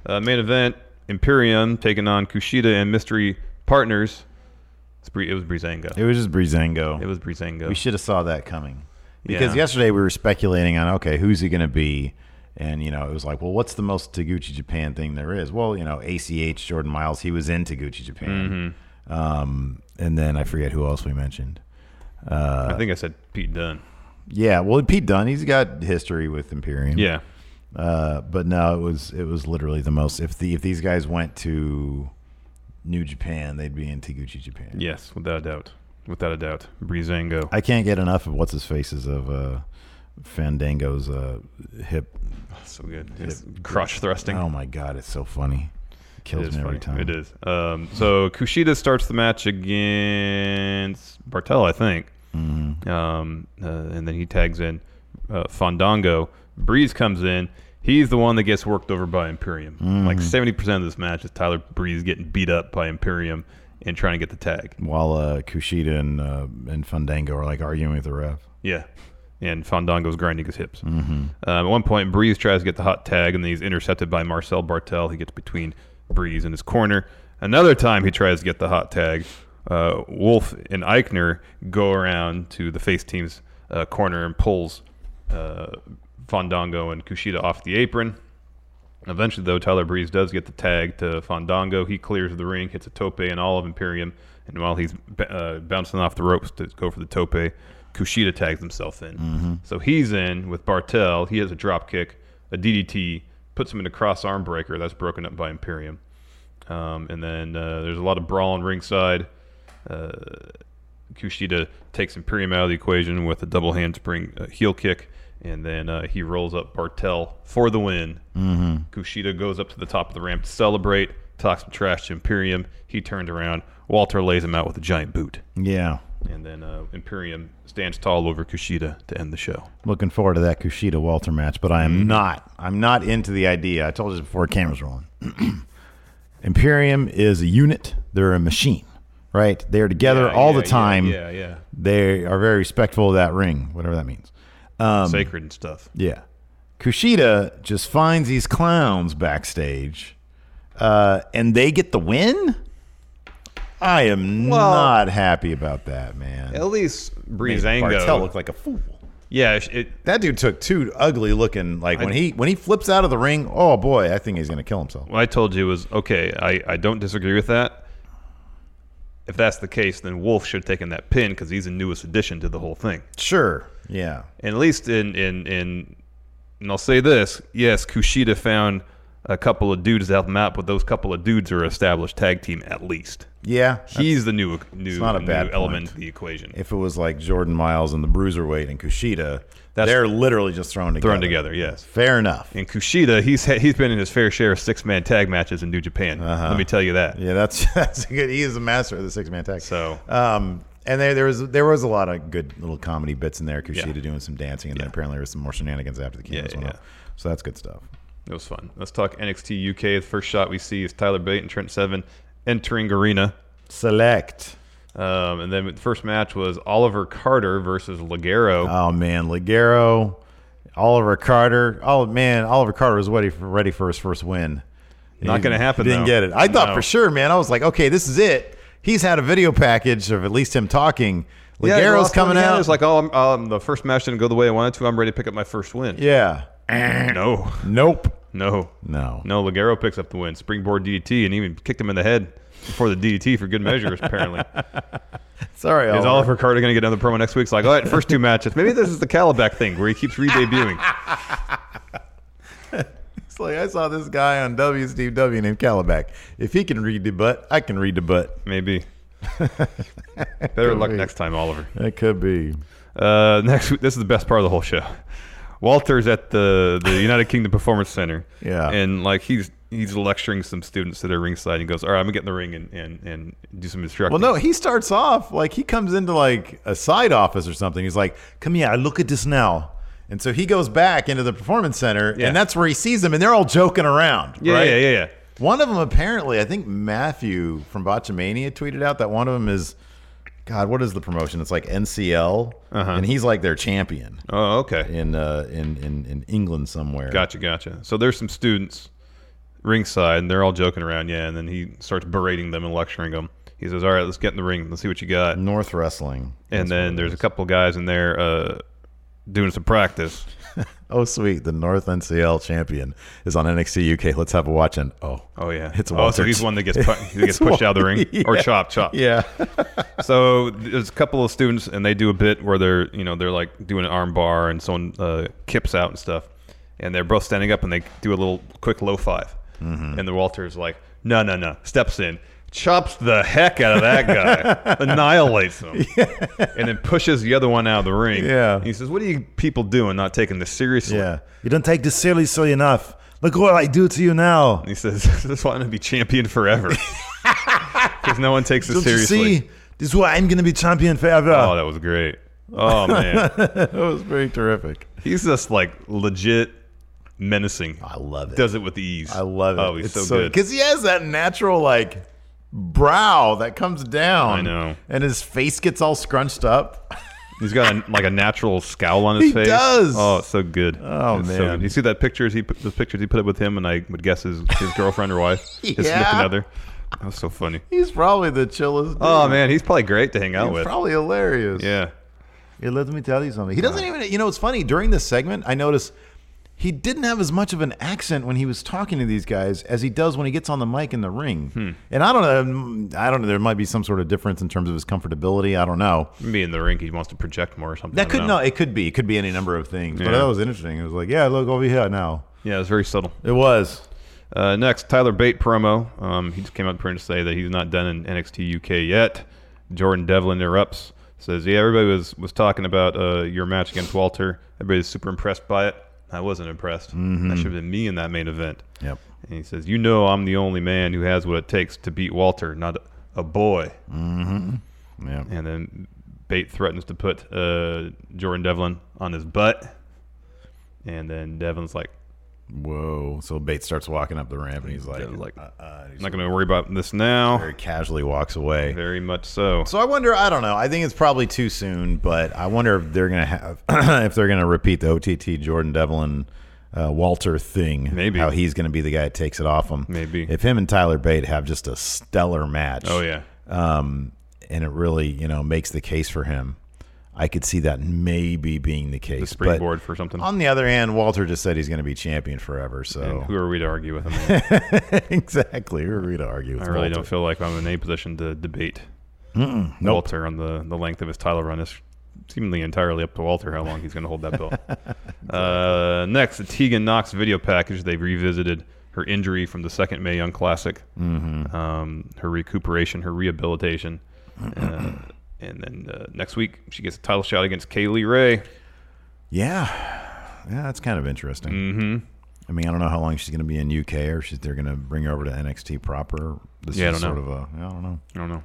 F: Uh, main event: Imperium taking on Kushida and Mystery Partners. It's Bre- It was Brizango.
E: It was just Brizango.
F: It was Brizango.
E: we should have saw that coming. Because
F: Yeah.
E: yesterday we were speculating on okay, who's he going to be? And you know, it was like, well, what's the most Taguchi Japan thing there is? Well, you know, ACH Jordan Miles, he was in Taguchi Japan.
F: Mm-hmm.
E: Um, and then I forget who else we mentioned.
F: I think I said Pete Dunne.
E: Yeah, well, Pete Dunne, he's got history with Imperium.
F: Yeah,
E: Uh, but no, it was it was literally the most. If the if these guys went to New Japan, they'd be in Taguchi Japan.
F: yes, without a doubt, without a doubt, Brizango.
E: I can't get enough of what's his faces of uh, Fandango's uh, hip.
F: so good. It's crush thrusting.
E: Oh my god, it's so funny. It
F: It
E: kills
F: is
E: me every
F: funny.
E: time.
F: It is. Um, so Kushida starts the match against Bartel, I think.
E: Mm-hmm.
F: Um, uh, and then he tags in uh, Fandango. Breeze comes in. He's the one that gets worked over by Imperium. Like
E: Mm-hmm.
F: 70% of this match is Tyler Breeze getting beat up by Imperium and trying to get the tag.
E: While uh, Kushida and uh, and Fandango are like arguing with the ref.
F: Yeah. And Fandango's grinding his hips. Um, at one point, Breeze tries to get the hot tag, and then he's intercepted by Marcel Bartel. He gets between Breeze and his corner. Another time, he tries to get the hot tag. Uh, Wolf and Eichner go around to the face team's uh, corner and pulls uh, Fandango and Kushida off the apron. Eventually, though, Tyler Breeze does get the tag to Fandango. He clears the ring, hits a tope and all of Imperium, and while he's b- uh, bouncing off the ropes to go for the tope, Kushida tags himself in. So he's in with Bartel. He has a drop kick, a DDT, puts him in a cross arm breaker that's broken up by Imperium. Um, and then uh, there's a lot of brawling ringside. Uh, Kushida takes Imperium out of the equation with a double handspring uh, heel kick, and then uh, he rolls up Bartel for the win. Mm-hmm. Kushida goes up to the top of the ramp to celebrate, talks some trash to Imperium. He turns around. Walter lays him out with a giant boot,
E: Yeah,
F: and then uh, Imperium stands tall over Kushida to end the show.
E: looking forward to that Kushida Walter match, but I am not. I'm not into the idea. I told you this before. Cameras rolling. Imperium is a unit. They're a machine, right? They're together all the time.
F: Yeah, yeah.
E: They are very respectful of that ring, whatever that means. um,
F: Sacred and stuff.
E: Yeah. Kushida just finds these clowns backstage, uh, and they get the win. I am
F: Well-
E: not happy about that, man.
F: At least
E: Bartel
F: Breezango.
E: looked like a fool.
F: yeah, it,
E: That dude took two ugly looking. Like when he when he flips out of the ring, oh boy, I think he's gonna kill himself.
F: what I told you was okay. I, I don't disagree with that. If that's the case, then Wolf should have taken that pin because he's the newest addition to the whole thing.
E: Sure. Yeah.
F: And at least in in in, and I'll say this: yes, Kushida found a couple of dudes to help him out, but those couple of dudes are established tag team at least.
E: Yeah.
F: He's the new new,
E: not a
F: new
E: bad
F: element
E: point.
F: to the equation.
E: if it was like Jordan Miles and the Bruiserweight and Kushida,
F: That's-
E: they're literally just thrown together.
F: Thrown together, yes.
E: Fair enough.
F: And Kushida, he's ha- he's been in his fair share of six man tag matches in New Japan. Let me tell you that.
E: Uh-huh. Yeah, that's that's a good. He is a master of the six man tag.
F: So-
E: um, and there there was there was a lot of good little comedy bits in there. Kushida
F: Yeah.
E: doing some dancing, and then
F: Yeah.
E: apparently there was some more shenanigans after the cameras
F: Yeah,
E: went
F: yeah.
E: off. So that's good stuff.
F: It was fun. Let's talk NXT UK. The first shot we see is Tyler Bate and Trent Seven entering arena.
E: Select.
F: Um, and then the first match was Oliver Carter versus Ligero.
E: Oh man, Ligero, Oliver Carter. Oh man, Oliver Carter was ready for, ready for his first win.
F: Not
E: He
F: gonna happen,
E: Didn't
F: though.
E: get it. I thought
F: No.
E: for sure, man. I was like, okay, this is it. He's had a video package of at least him talking.
F: Yeah, he
E: Ligero's
F: lost one
E: coming
F: hand.
E: out.
F: It's like, oh, I'm, um, the first match didn't go the way I wanted to. I'm ready to pick up my first win.
E: yeah.
F: No,
E: Nope.
F: no,
E: No.
F: no. Ligero picks up the win. Springboard DDT and even kicked him in the head. before the DDT for good measure, apparently.
E: Sorry,
F: Is
E: Oliver.
F: Oliver Carter going to get another promo next week? It's like, all right, first two matches. Maybe this is the Calabac thing where he keeps re-debuting.
E: It's like I saw this guy on WCW named Calabac. If he can read the butt, I can read the butt.
F: Maybe. Better
E: Could
F: luck
E: be.
F: next time, Oliver.
E: That could be.
F: Uh, next, week- this is the best part of the whole show. Walter's at the the United Kingdom Performance Center.
E: Yeah.
F: and like he's he's lecturing some students that are ringside and goes, "All right, I'm gonna get in the ring and and, and do some instruction."
E: Well, no, he starts off like he comes into like a side office or something. He's like, "Come here, look at this now." And so he goes back into the performance center,
F: Yeah.
E: and that's where he sees them, and they're all joking around.
F: yeah,
E: right?
F: yeah, yeah, yeah.
E: One of them apparently, I think Matthew from Botchamania tweeted out that one of them is, God, what is the promotion? It's like NCL,
F: Uh-huh.
E: and he's like their champion
F: Oh, okay.
E: in uh, in, in in England somewhere.
F: Gotcha, gotcha. So there's some students ringside, and they're all joking around, yeah. And then he starts berating them and lecturing them. He says, "All right, let's get in the ring. Let's see what you got."
E: North Wrestling.
F: and then there's a couple guys in there uh, doing some practice.
E: Oh, sweet. The North NCL champion is on NXT UK. Let's have a watch. And oh,
F: Oh yeah,
E: It's
F: oh,
E: Walter.
F: so he's one that gets pu- he gets
E: It's
F: pushed out of the ring
E: Walter.
F: or
E: Yeah.
F: chopped, chopped.
E: yeah.
F: So there's a couple of students, and they do a bit where they're you know they're like doing an arm bar, and someone uh, kips out and stuff, and they're both standing up, and they do a little quick low 5
E: Mm-hmm.
F: and the Walter's like, no, no, no, steps in. Chops the heck out of that guy, annihilates him, and then pushes the other one out of the ring.
E: Yeah.
F: he says, "What are you people doing? Not taking this seriously?"
E: yeah. You don't take this seriously enough. Look what I do to you now.
F: And he says, "This is why I'm gonna be champion forever, because no one takes this
E: Don't you
F: seriously."
E: see? This is why I'm going to be champion forever.
F: Oh, that was great. Oh man,
E: that was pretty terrific.
F: he's just like legit menacing.
E: I love it.
F: Does it with ease.
E: Ah. I love it.
F: Oh, he's so, good.
E: Because he has that natural, like, brow that comes down.
F: I know.
E: And his face gets all scrunched up.
F: He's got a, like a natural scowl on his
E: He
F: face.
E: does.
F: Oh, it's so good.
E: Oh,
F: It's so
E: man.
F: good. you see that pictures he put, those pictures he put up with him, and I would guess his, his girlfriend or wife, his
E: Yeah.
F: significant other. That was so funny.
E: He's probably the chillest. Dude.
F: Oh man, he's probably great to hang out
E: He's
F: with.
E: probably hilarious.
F: yeah.
E: Yeah, let me tell you something. He doesn't even, you know, it's funny. During this segment, I noticed he didn't have as much of an accent when he was talking to these guys as he does when he gets on the mic in the ring. And I don't know. um, I don't know. There might be some sort of difference in terms of his comfortability. I don't know.
F: Be in the rink. He wants to project more or something. I
E: That
F: don't
E: could, no,
F: know.
E: it could be. It could be any number of things. But
F: Yeah.
E: that was interesting. It was like, yeah, look over here now.
F: Yeah, it's very subtle.
E: It was.
F: Uh, next, Tyler Bate promo. Um, he just came out pretty to say that he's not done in NXT UK yet. Jordan Devlin interrupts, says, "Yeah, everybody was was talking about uh, your match against Walter. Everybody's super impressed by it. I wasn't impressed. That should have been me in that main event."
E: Yep.
F: And he says, "You know, I'm the only man who has what it takes to beat Walter, not a, a boy."
E: Yeah.
F: And then Bate threatens to put uh, Jordan Devlin on his butt, and then Devlin's like,
E: Whoa. So Bates starts walking up the ramp and he's like,
F: Devlin's like,
E: uh, uh,
F: "I'm not going to worry about this now."
E: very casually walks away.
F: Very much so.
E: So I wonder. I don't know. I think it's probably too soon, but I wonder if they're gonna have if they're gonna repeat the OTT Jordan Devlin uh, Walter thing.
F: Maybe.
E: how he's gonna be the guy that takes it off him.
F: Maybe.
E: if him and Tyler Bate have just a stellar match.
F: Oh yeah.
E: um, and it really you know makes the case for him. I could see that maybe being the case. but
F: springboard for something.
E: On Oh. the other hand, Walter just said he's going to be champion forever.
F: And
E: So
F: who are we to argue with him?
E: exactly, who are we to argue? With
F: I really
E: Walter?
F: don't feel like I'm in any position to debate
E: Nope.
F: Walter on the, the length of his title run. It's seemingly entirely up to Walter how long he's going to hold that belt. uh, next, the Tegan Knox video package. They revisited her injury from the second May Young Classic,
E: Mm-hmm.
F: um, her recuperation, her rehabilitation. Uh, and then uh, next week, she gets a title shot against Kaylee Ray.
E: Yeah, yeah, that's kind of interesting. Mm-hmm. I mean, I don't know how long she's going to be in UK, or she's they're going to bring her over to NXT proper. This
F: Yeah, I
E: is
F: don't
E: sort
F: know.
E: of a I don't know.
F: I don't know.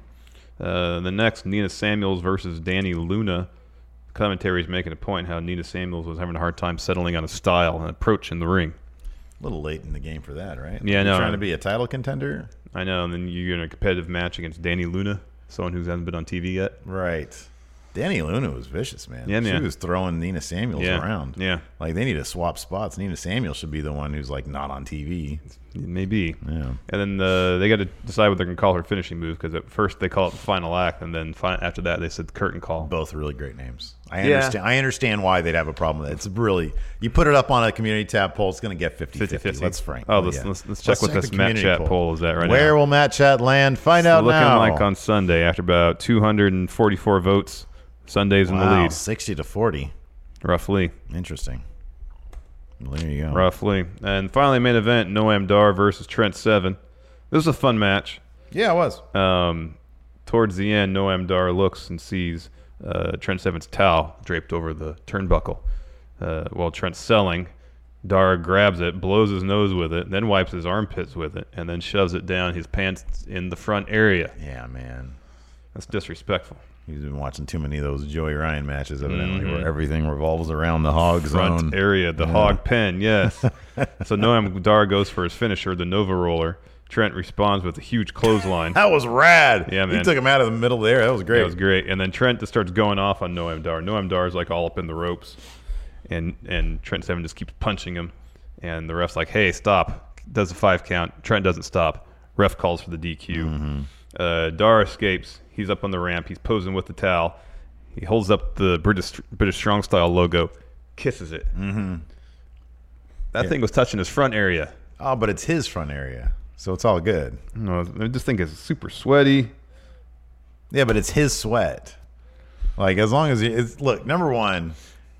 F: Uh, the next, Nina Samuels versus Danny Luna. Commentary is making a point how Nina Samuels was having a hard time settling on a style and approach in the ring.
E: A little late in the game for that, right?
F: Yeah, I know.
E: Trying to be a title contender,
F: I know, and then you're in a competitive match against Danny Luna, someone who hasn't been on TV yet.
E: right? Danny Luna was vicious, man.
F: Yeah,
E: she
F: man.
E: was throwing Nina Samuels
F: Yeah,
E: around.
F: yeah.
E: like they need to swap spots. Nina Samuels should be the one who's like not on TV.
F: Maybe.
E: Yeah.
F: And then uh, they got to decide what they're going to call her finishing move because at first they call it final act, and then fi- after that they said curtain call.
E: Both really great names. I
F: Yeah.
E: understand. I understand why they'd have a problem with it. It's really you put it up on a community tab poll. It's going to get 50-50.
F: 50-50.
E: Let's frank.
F: Oh, let's- let's- let's check what this
E: the
F: Matt
E: community
F: Chat poll is at right
E: Where
F: now.
E: will Matt Chat land? Find out
F: looking
E: now.
F: like on Sunday after about 244 votes. Sunday's in the
E: wow,
F: lead,
E: sixty to forty.
F: roughly.
E: Interesting. Well, there you go.
F: Roughly. And finally, main event Noam Dar versus Trent Seven. This was a fun match.
E: Yeah, it was.
F: Um, towards the end, Noam Dar looks and sees uh, Trent Seven's towel draped over the turnbuckle. Uh, while Trent's selling, Dar grabs it, blows his nose with it, then wipes his armpits with it, and then shoves it down his pants in the front area.
E: yeah, man.
F: That's disrespectful.
E: He's been watching too many of those Joey Ryan matches, evidently, where everything revolves around the hog
F: Mm-hmm. front
E: zone.
F: area, the
E: Yeah.
F: hog pen, yes. so Noam Dar goes for his finisher, the Nova Roller. Trent responds with a huge clothesline.
E: That was rad.
F: Yeah,
E: He
F: man.
E: took him out of the middle there. That was great.
F: That was great. And then Trent just starts going off on Noam Dar. Noam Dar is like all up in the ropes, and and Trent Seven just keeps punching him, and the ref's like, "Hey, stop!" Does a five count. Trent doesn't stop. Ref calls for the DQ. Uh, Dar escapes. He's up on the ramp. He's posing with the towel. He holds up the British British Strong Style logo, kisses it. Mm-hmm. That thing was touching his front area.
E: Oh, but it's his front area, so it's all good.
F: No, this thing is super sweaty.
E: Yeah, but it's his sweat. Like as long as he, it's look, number one,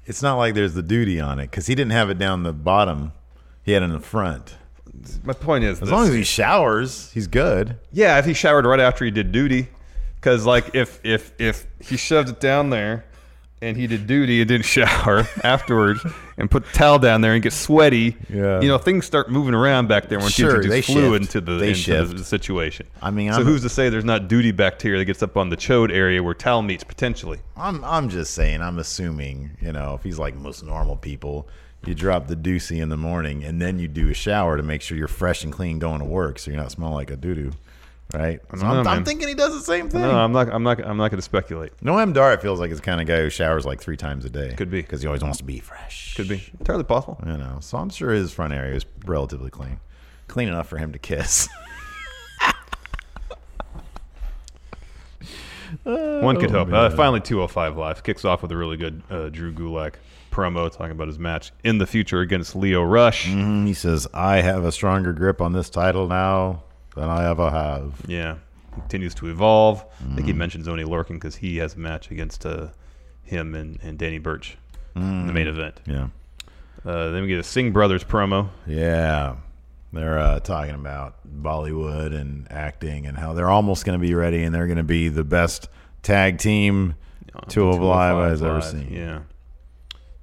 E: it's not like there's the duty on it because he didn't have it down the bottom. He had it in the front.
F: My point is,
E: As long as he showers, he's good.
F: Yeah, if he showered right after he did duty, because like if if if he shoved it down there, and he did duty and didn't shower afterwards, and put the towel down there and get sweaty,
E: Yeah.
F: you know things start moving around back there once
E: Sure,
F: you
E: they
F: introduce fluid
E: shift.
F: into the
E: They
F: into the,
E: shift.
F: the situation.
E: I mean,
F: so
E: I'm-
F: who's to say there's not duty bacteria that gets up on the chode area where towel meets potentially?
E: I'm I'm just saying. I'm assuming you know if he's like most normal people, you drop the doozy in the morning and then you do a shower to make sure you're fresh and clean going to work, so you're not smelling like a doo doo, right? So
F: know,
E: I'm, I'm
F: man.
E: thinking he does the same thing.
F: No, I'm not. I'm not. I'm not going to speculate.
E: Noam Dar feels like it's the kind of guy who showers like three times a day.
F: Could be.
E: because he always wants to be fresh.
F: Could be entirely possible.
E: You know, so I'm sure his front area is relatively clean, clean enough for him to kiss. Oh.
F: One could hope. Uh, finally, 205 Live kicks off with a really good uh, Drew Gulak promo talking about his match in the future against Leo Rush.
E: And he says, "I have a stronger grip on this title now than I ever have."
F: Yeah. Continues to evolve. I
E: Mm.
F: think he mentions Oni Lorkin because he has a match against uh, him and, and Danny Birch in the main
E: Mm.
F: event.
E: Yeah,
F: Uh, then we get a Singh Brothers promo.
E: yeah. They're uh, talking about Bollywood and acting and how they're almost going to be ready and they're going to be the best tag team to of live has ever
F: Live,
E: seen.
F: Yeah.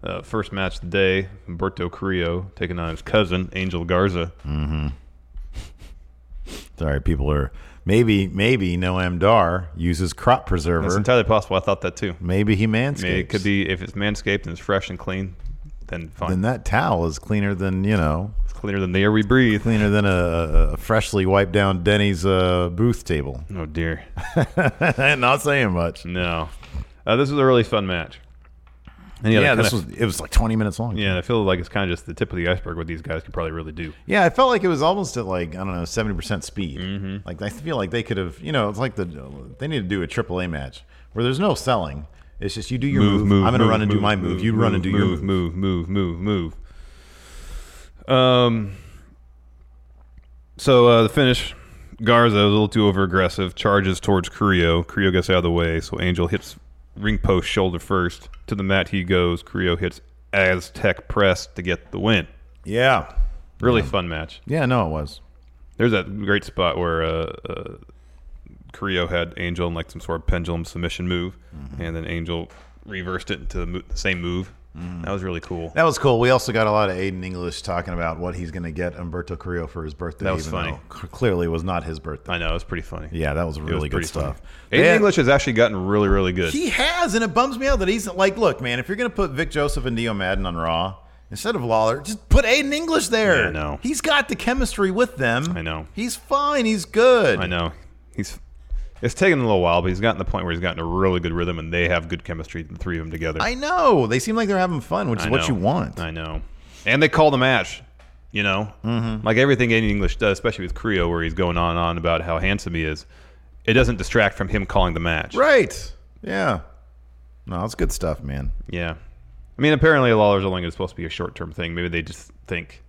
F: Uh, first match of the day Humberto Carrillo taking on his cousin, Angel Garza.
E: Sorry, people are maybe maybe Noam Dar uses crop
F: It's
E: preserver.
F: entirely possible. I thought that too.
E: maybe he manscapes.
F: I mean, it could be if it's manscaped and it's fresh and clean, then fine.
E: Then that towel is cleaner than you know,
F: it's cleaner than the air we breathe.
E: cleaner than a, a freshly wiped down Denny's uh, booth table.
F: Oh dear.
E: Not saying much.
F: No. Uh, this was a really fun match. And
E: Yeah,
F: that
E: this
F: kinda-
E: was it was like 20 minutes long.
F: Yeah, I feel like it's kind of just the tip of the iceberg what these guys could probably really do.
E: Yeah, I felt like it was almost at like I don't know 70 percent speed.
F: Mm-hmm.
E: Like I feel like they could have, you know, it's like the they need to do a AAA match where there's no selling. It's just you do your move. I'm gonna run and do my move. you run and do your move.
F: move, move, move, move, move. Um. So uh, the finish, Garza was a little too over aggressive. Charges towards Creo. Creo gets out of the way, so Angel hits ring post shoulder first. To the mat he goes. Creo hits Aztec press to get the win.
E: Yeah,
F: Really fun match.
E: yeah, no, it was.
F: There's that great spot where uh, uh, Creo had Angel in like some sort of pendulum submission move,
E: Mm-hmm.
F: and then Angel reversed it into the, mo- the same move. That was really cool.
E: Mm. That was cool. We also got a lot of Aiden English talking about what he's going to get Umberto Carrillo for his birthday.
F: That was
E: even
F: funny.
E: though c- clearly, it was not his birthday.
F: I know it was pretty funny.
E: Yeah, that was
F: It was
E: really good
F: pretty funny.
E: stuff.
F: Aiden
E: They had-
F: English has actually gotten really, really good.
E: He has, and it bums me out that he's like, look, man, if you're going to put Vic Joseph and Dio Madden on Raw instead of Lawler, just put Aiden English there.
F: Yeah, I know.
E: He's got the chemistry with them.
F: I know.
E: He's fine. He's good.
F: I know he's. It's taken a little while, but he's gotten to the point where he's gotten a really good rhythm, and they have good chemistry, the three of them together.
E: I know. They seem like they're having fun, which
F: I
E: is what
F: know.
E: you want.
F: I know. And they call the match. you know? Mm-hmm. Like everything in English does, especially with Creo, where he's going on and on about how handsome he is, it doesn't distract from him calling the match.
E: Right. Yeah. No, it's good stuff, man.
F: Yeah. I mean, apparently Lawler's only is supposed to be a short term thing. Maybe they just think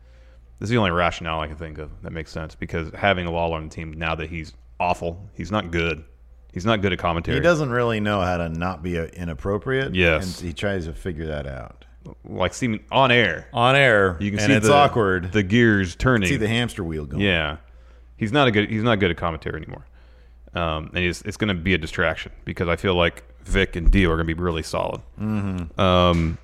F: this is the only rationale I can think of that makes sense because having Lawler on the team now that he's awful, he's not good. He's not good at commentary.
E: He doesn't really know how to not be uh, inappropriate.
F: Yes.
E: And he tries to figure that out.
F: like seeming on air.
E: On air.
F: You can
E: and
F: see
E: it's
F: the,
E: awkward.
F: The gears turning.
E: see the hamster wheel going.
F: Yeah, he's not a good. He's not good at commentary anymore, um, and he's, it's going to be a distraction because I feel like Vic and Dio are going to be really solid. Mm-hmm. Um,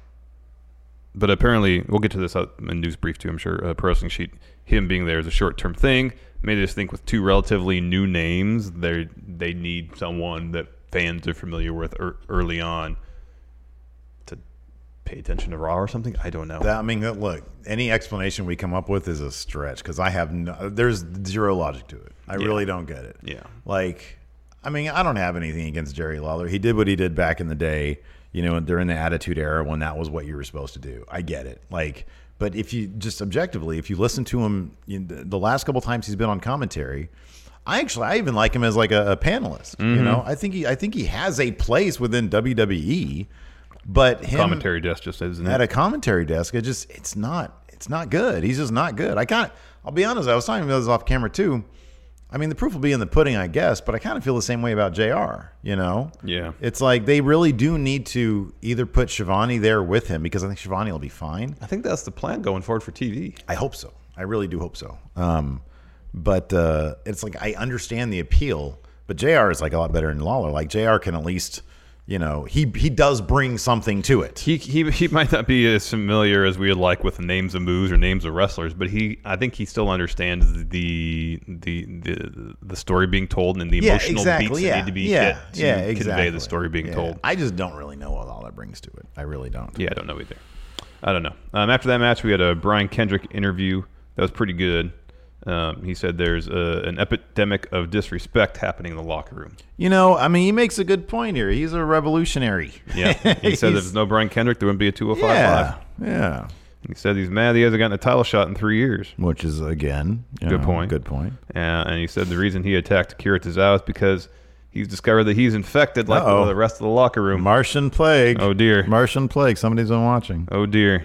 F: but apparently, we'll get to this uh, in news brief too. I'm sure. Uh, Pro Wrestling Sheet, him being there is a short term thing. Made us think with two relatively new names, they they need someone that fans are familiar with ear early on to pay attention to Raw or something. I don't know.
E: That, I mean, that- look, any explanation we come up with is a stretch because I have no, there's zero logic to it. I really don't get it.
F: Yeah.
E: Like, I mean, I don't have anything against Jerry Lawler. He did what he did back in the day, you know, during the Attitude Era when that was what you were supposed to do. I get it. Like, but if you just objectively, if you listen to him, you know, the the last couple times he's been on commentary, I actually I even like him as like a, a panelist.
F: Mm-hmm.
E: You know, I think he I think he has a place within WWE, but him
F: commentary desk just isn't
E: at
F: it?
E: a commentary desk. It just it's not it's not good. He's just not good. I kind of I'll be honest. I was talking about this off camera too. I mean, the proof will be in the pudding, I guess. But I kind of feel the same way about Jr. You know,
F: Yeah.
E: It's like they really do need to either put Shivani there with him because I think Shivani will be fine.
F: I think that's the plan going forward for TV.
E: I hope so. I really do hope so. Um, but uh, it's like I understand the appeal, but Jr. is like a lot better than Lawler. Like Jr. can at least, you know, he he does bring something to it.
F: he, he he might not be as familiar as we would like with the names of moves or names of wrestlers, but he I think he still understands the the the, the story being told and the emotional beats that need to be
E: yeah,
F: hit to
E: yeah,
F: convey
E: exactly.
F: the story being
E: Yeah.
F: told.
E: I just don't really know what all that brings to it. I really don't.
F: yeah, I don't know either. I don't know. Um, after that match, we had a Brian Kendrick interview that was pretty good. Um, he said there's a, an epidemic of disrespect happening in the locker room.
E: You know, I mean, he makes a good point here. He's a revolutionary.
F: Yeah, he said if
E: He's-
F: there's no Brian Kendrick, there wouldn't be a 205
E: yeah,
F: live.
E: yeah.
F: He said he's mad he hasn't gotten a title shot in three years.
E: Which is again, you
F: Good
E: know,
F: point.
E: Good point.
F: Uh, and he said the reason he attacked Akira Tozawa is because he's discovered that he's infected like
E: Uh-oh.
F: the rest of the locker room.
E: Martian plague.
F: Oh, dear.
E: Martian plague. Somebody's been watching.
F: oh dear.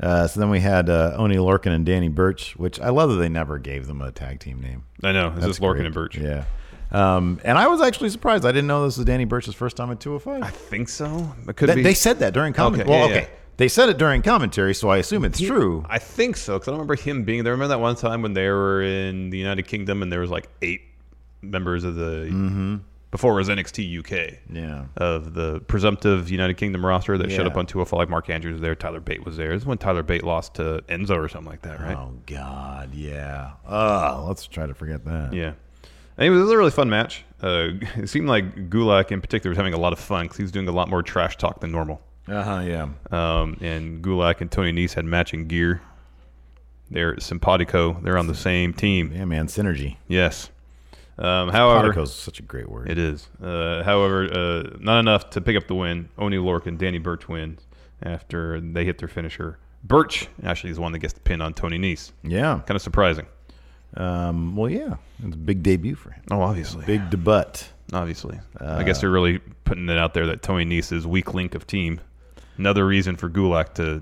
E: Uh, so then we had uh, Oni Lorcan and Danny Birch, which I love that they never gave them a tag team name.
F: I know. It's
E: That's
F: just Lorcan
E: great.
F: and Birch.
E: Yeah. Um, and I was actually surprised. I didn't know this was Danny Birch's first time at 205.
F: I think so. It could
E: That-
F: be.
E: They said that during commentary.
F: Okay,
E: Well,
F: yeah, yeah.
E: okay. They said it during commentary, so I assume it's true.
F: I think so because I don't remember him being there. Remember that one time when they were in the United Kingdom and there was like eight members of the before it was NXT UK.
E: Mm-hmm. yeah.
F: Of the presumptive United Kingdom roster that showed
E: Yeah.
F: up on 205, Mark Andrews was there, Tyler Bate was there. This is when Tyler Bate lost to Enzo or something like that, right?
E: Oh God, yeah. Oh, let's try to forget that.
F: Yeah. And it was a really fun match. Uh, it seemed like Gulak in particular was having a lot of fun because he was doing a lot more trash talk than normal.
E: Uh huh. Yeah.
F: Um, and Gulak and Tony Nese had matching gear. They're simpatico. They're on the same team.
E: Yeah, man. Synergy.
F: Yes. Um, however,
E: Partico's such a great word.
F: it is. Uh, however, uh, not enough to pick up the win. Oni Lork and Danny Birch win after they hit their finisher. Birch actually is the one that gets the pin on Tony Nese.
E: Yeah.
F: Kind of surprising.
E: Um. Well, yeah. It's a big debut for him.
F: Oh, obviously.
E: Big debut.
F: Obviously. I guess they're really putting it out there that Tony Nese is weak link of team. Another reason for Gulak to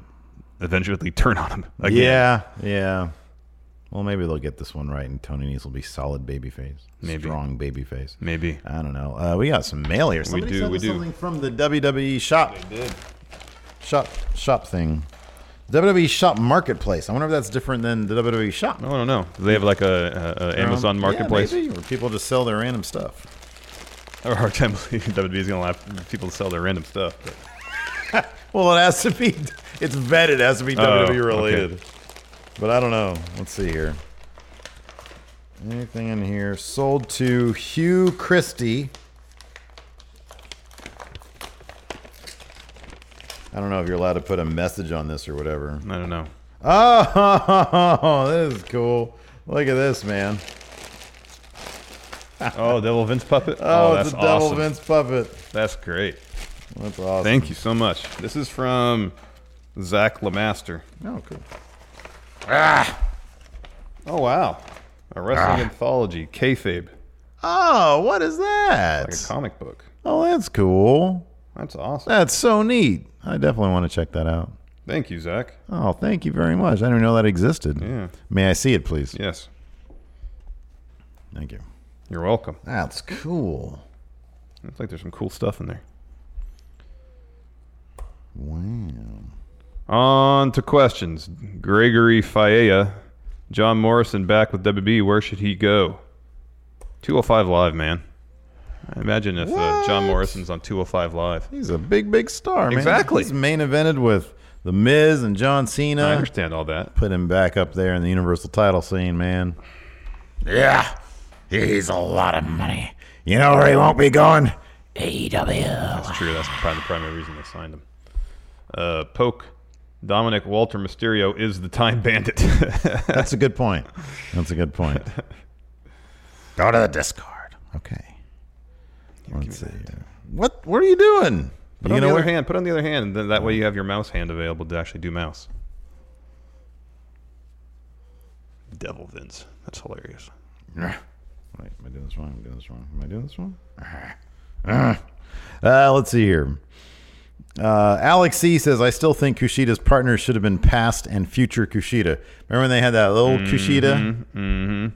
F: eventually turn on him again.
E: Yeah, yeah. Well, maybe they'll get this one right, and Tony Nese will be solid baby face, maybe. strong baby face.
F: Maybe
E: I don't know. Uh, we got some mail here. Somebody
F: do,
E: sent
F: we
E: us
F: do.
E: Something from the WWE shop. Shop shop thing. WWE shop marketplace. I wonder if that's different than the WWE shop.
F: I don't know. Do they have like a, a, a Amazon marketplace?
E: maybe, where people just sell their random stuff.
F: I have a hard time believing WWE is going to allow people to sell their random stuff. But.
E: Well, it has to be. It's vetted. It has to be
F: Oh,
E: WWE
F: okay.
E: related. But I don't know. Let's see here. Anything in here sold to Hugh Christie? I don't know if you're allowed to put a message on this or whatever.
F: I don't know.
E: Oh, this is cool. Look at this, man.
F: oh, Devil Vince puppet.
E: Oh,
F: Oh,
E: it's
F: that's
E: a double
F: awesome.
E: Vince puppet.
F: That's great.
E: That's awesome.
F: Thank you so much. This is from Zach Lamaster.
E: Oh, cool.
F: Ah. Oh wow. Ah. A wrestling anthology, kayfabe.
E: Oh, what is that?
F: Like a comic book.
E: Oh, that's cool.
F: That's awesome.
E: That's so neat. I definitely want to check that out.
F: Thank you, Zach.
E: Oh, thank you very much. I didn't even know that existed.
F: Yeah.
E: May I see it, please?
F: Yes.
E: Thank you.
F: You're welcome.
E: That's cool.
F: Looks like there's some cool stuff in there.
E: Wow.
F: On to questions. Gregory Faea. John Morrison back with WB. Where should he go? 205 Live, man. I imagine if uh, John Morrison's on 205 Live.
E: He's a big, big star, man.
F: Exactly.
E: He's main evented with The Miz and John Cena.
F: I understand all that.
E: Put him back up there in the Universal title scene, man.
G: Yeah, he's a lot of money. You know where he won't be going?
E: E
G: AEW.
F: That's true. That's probably the primary reason they signed him. Uh, Poke. Dominic Walter Mysterio is the time bandit.
E: That's a good point. That's a good point. Go to the Discord. Okay. Let's see. here. What? What are you doing?
F: Put
E: you
F: on the
E: know
F: other
E: what?
F: hand. Put on the other hand. and Then that way you have your mouse hand available to actually do mouse. Devil Vince. That's hilarious.
E: Wait, am I doing this wrong? Am I doing this wrong? Am I doing this wrong? Uh, let's see here. Uh, Alex C says, I still think Kushida's partner should have been past and future Kushida. Remember when they had that little Kushida?
F: Mm-hmm.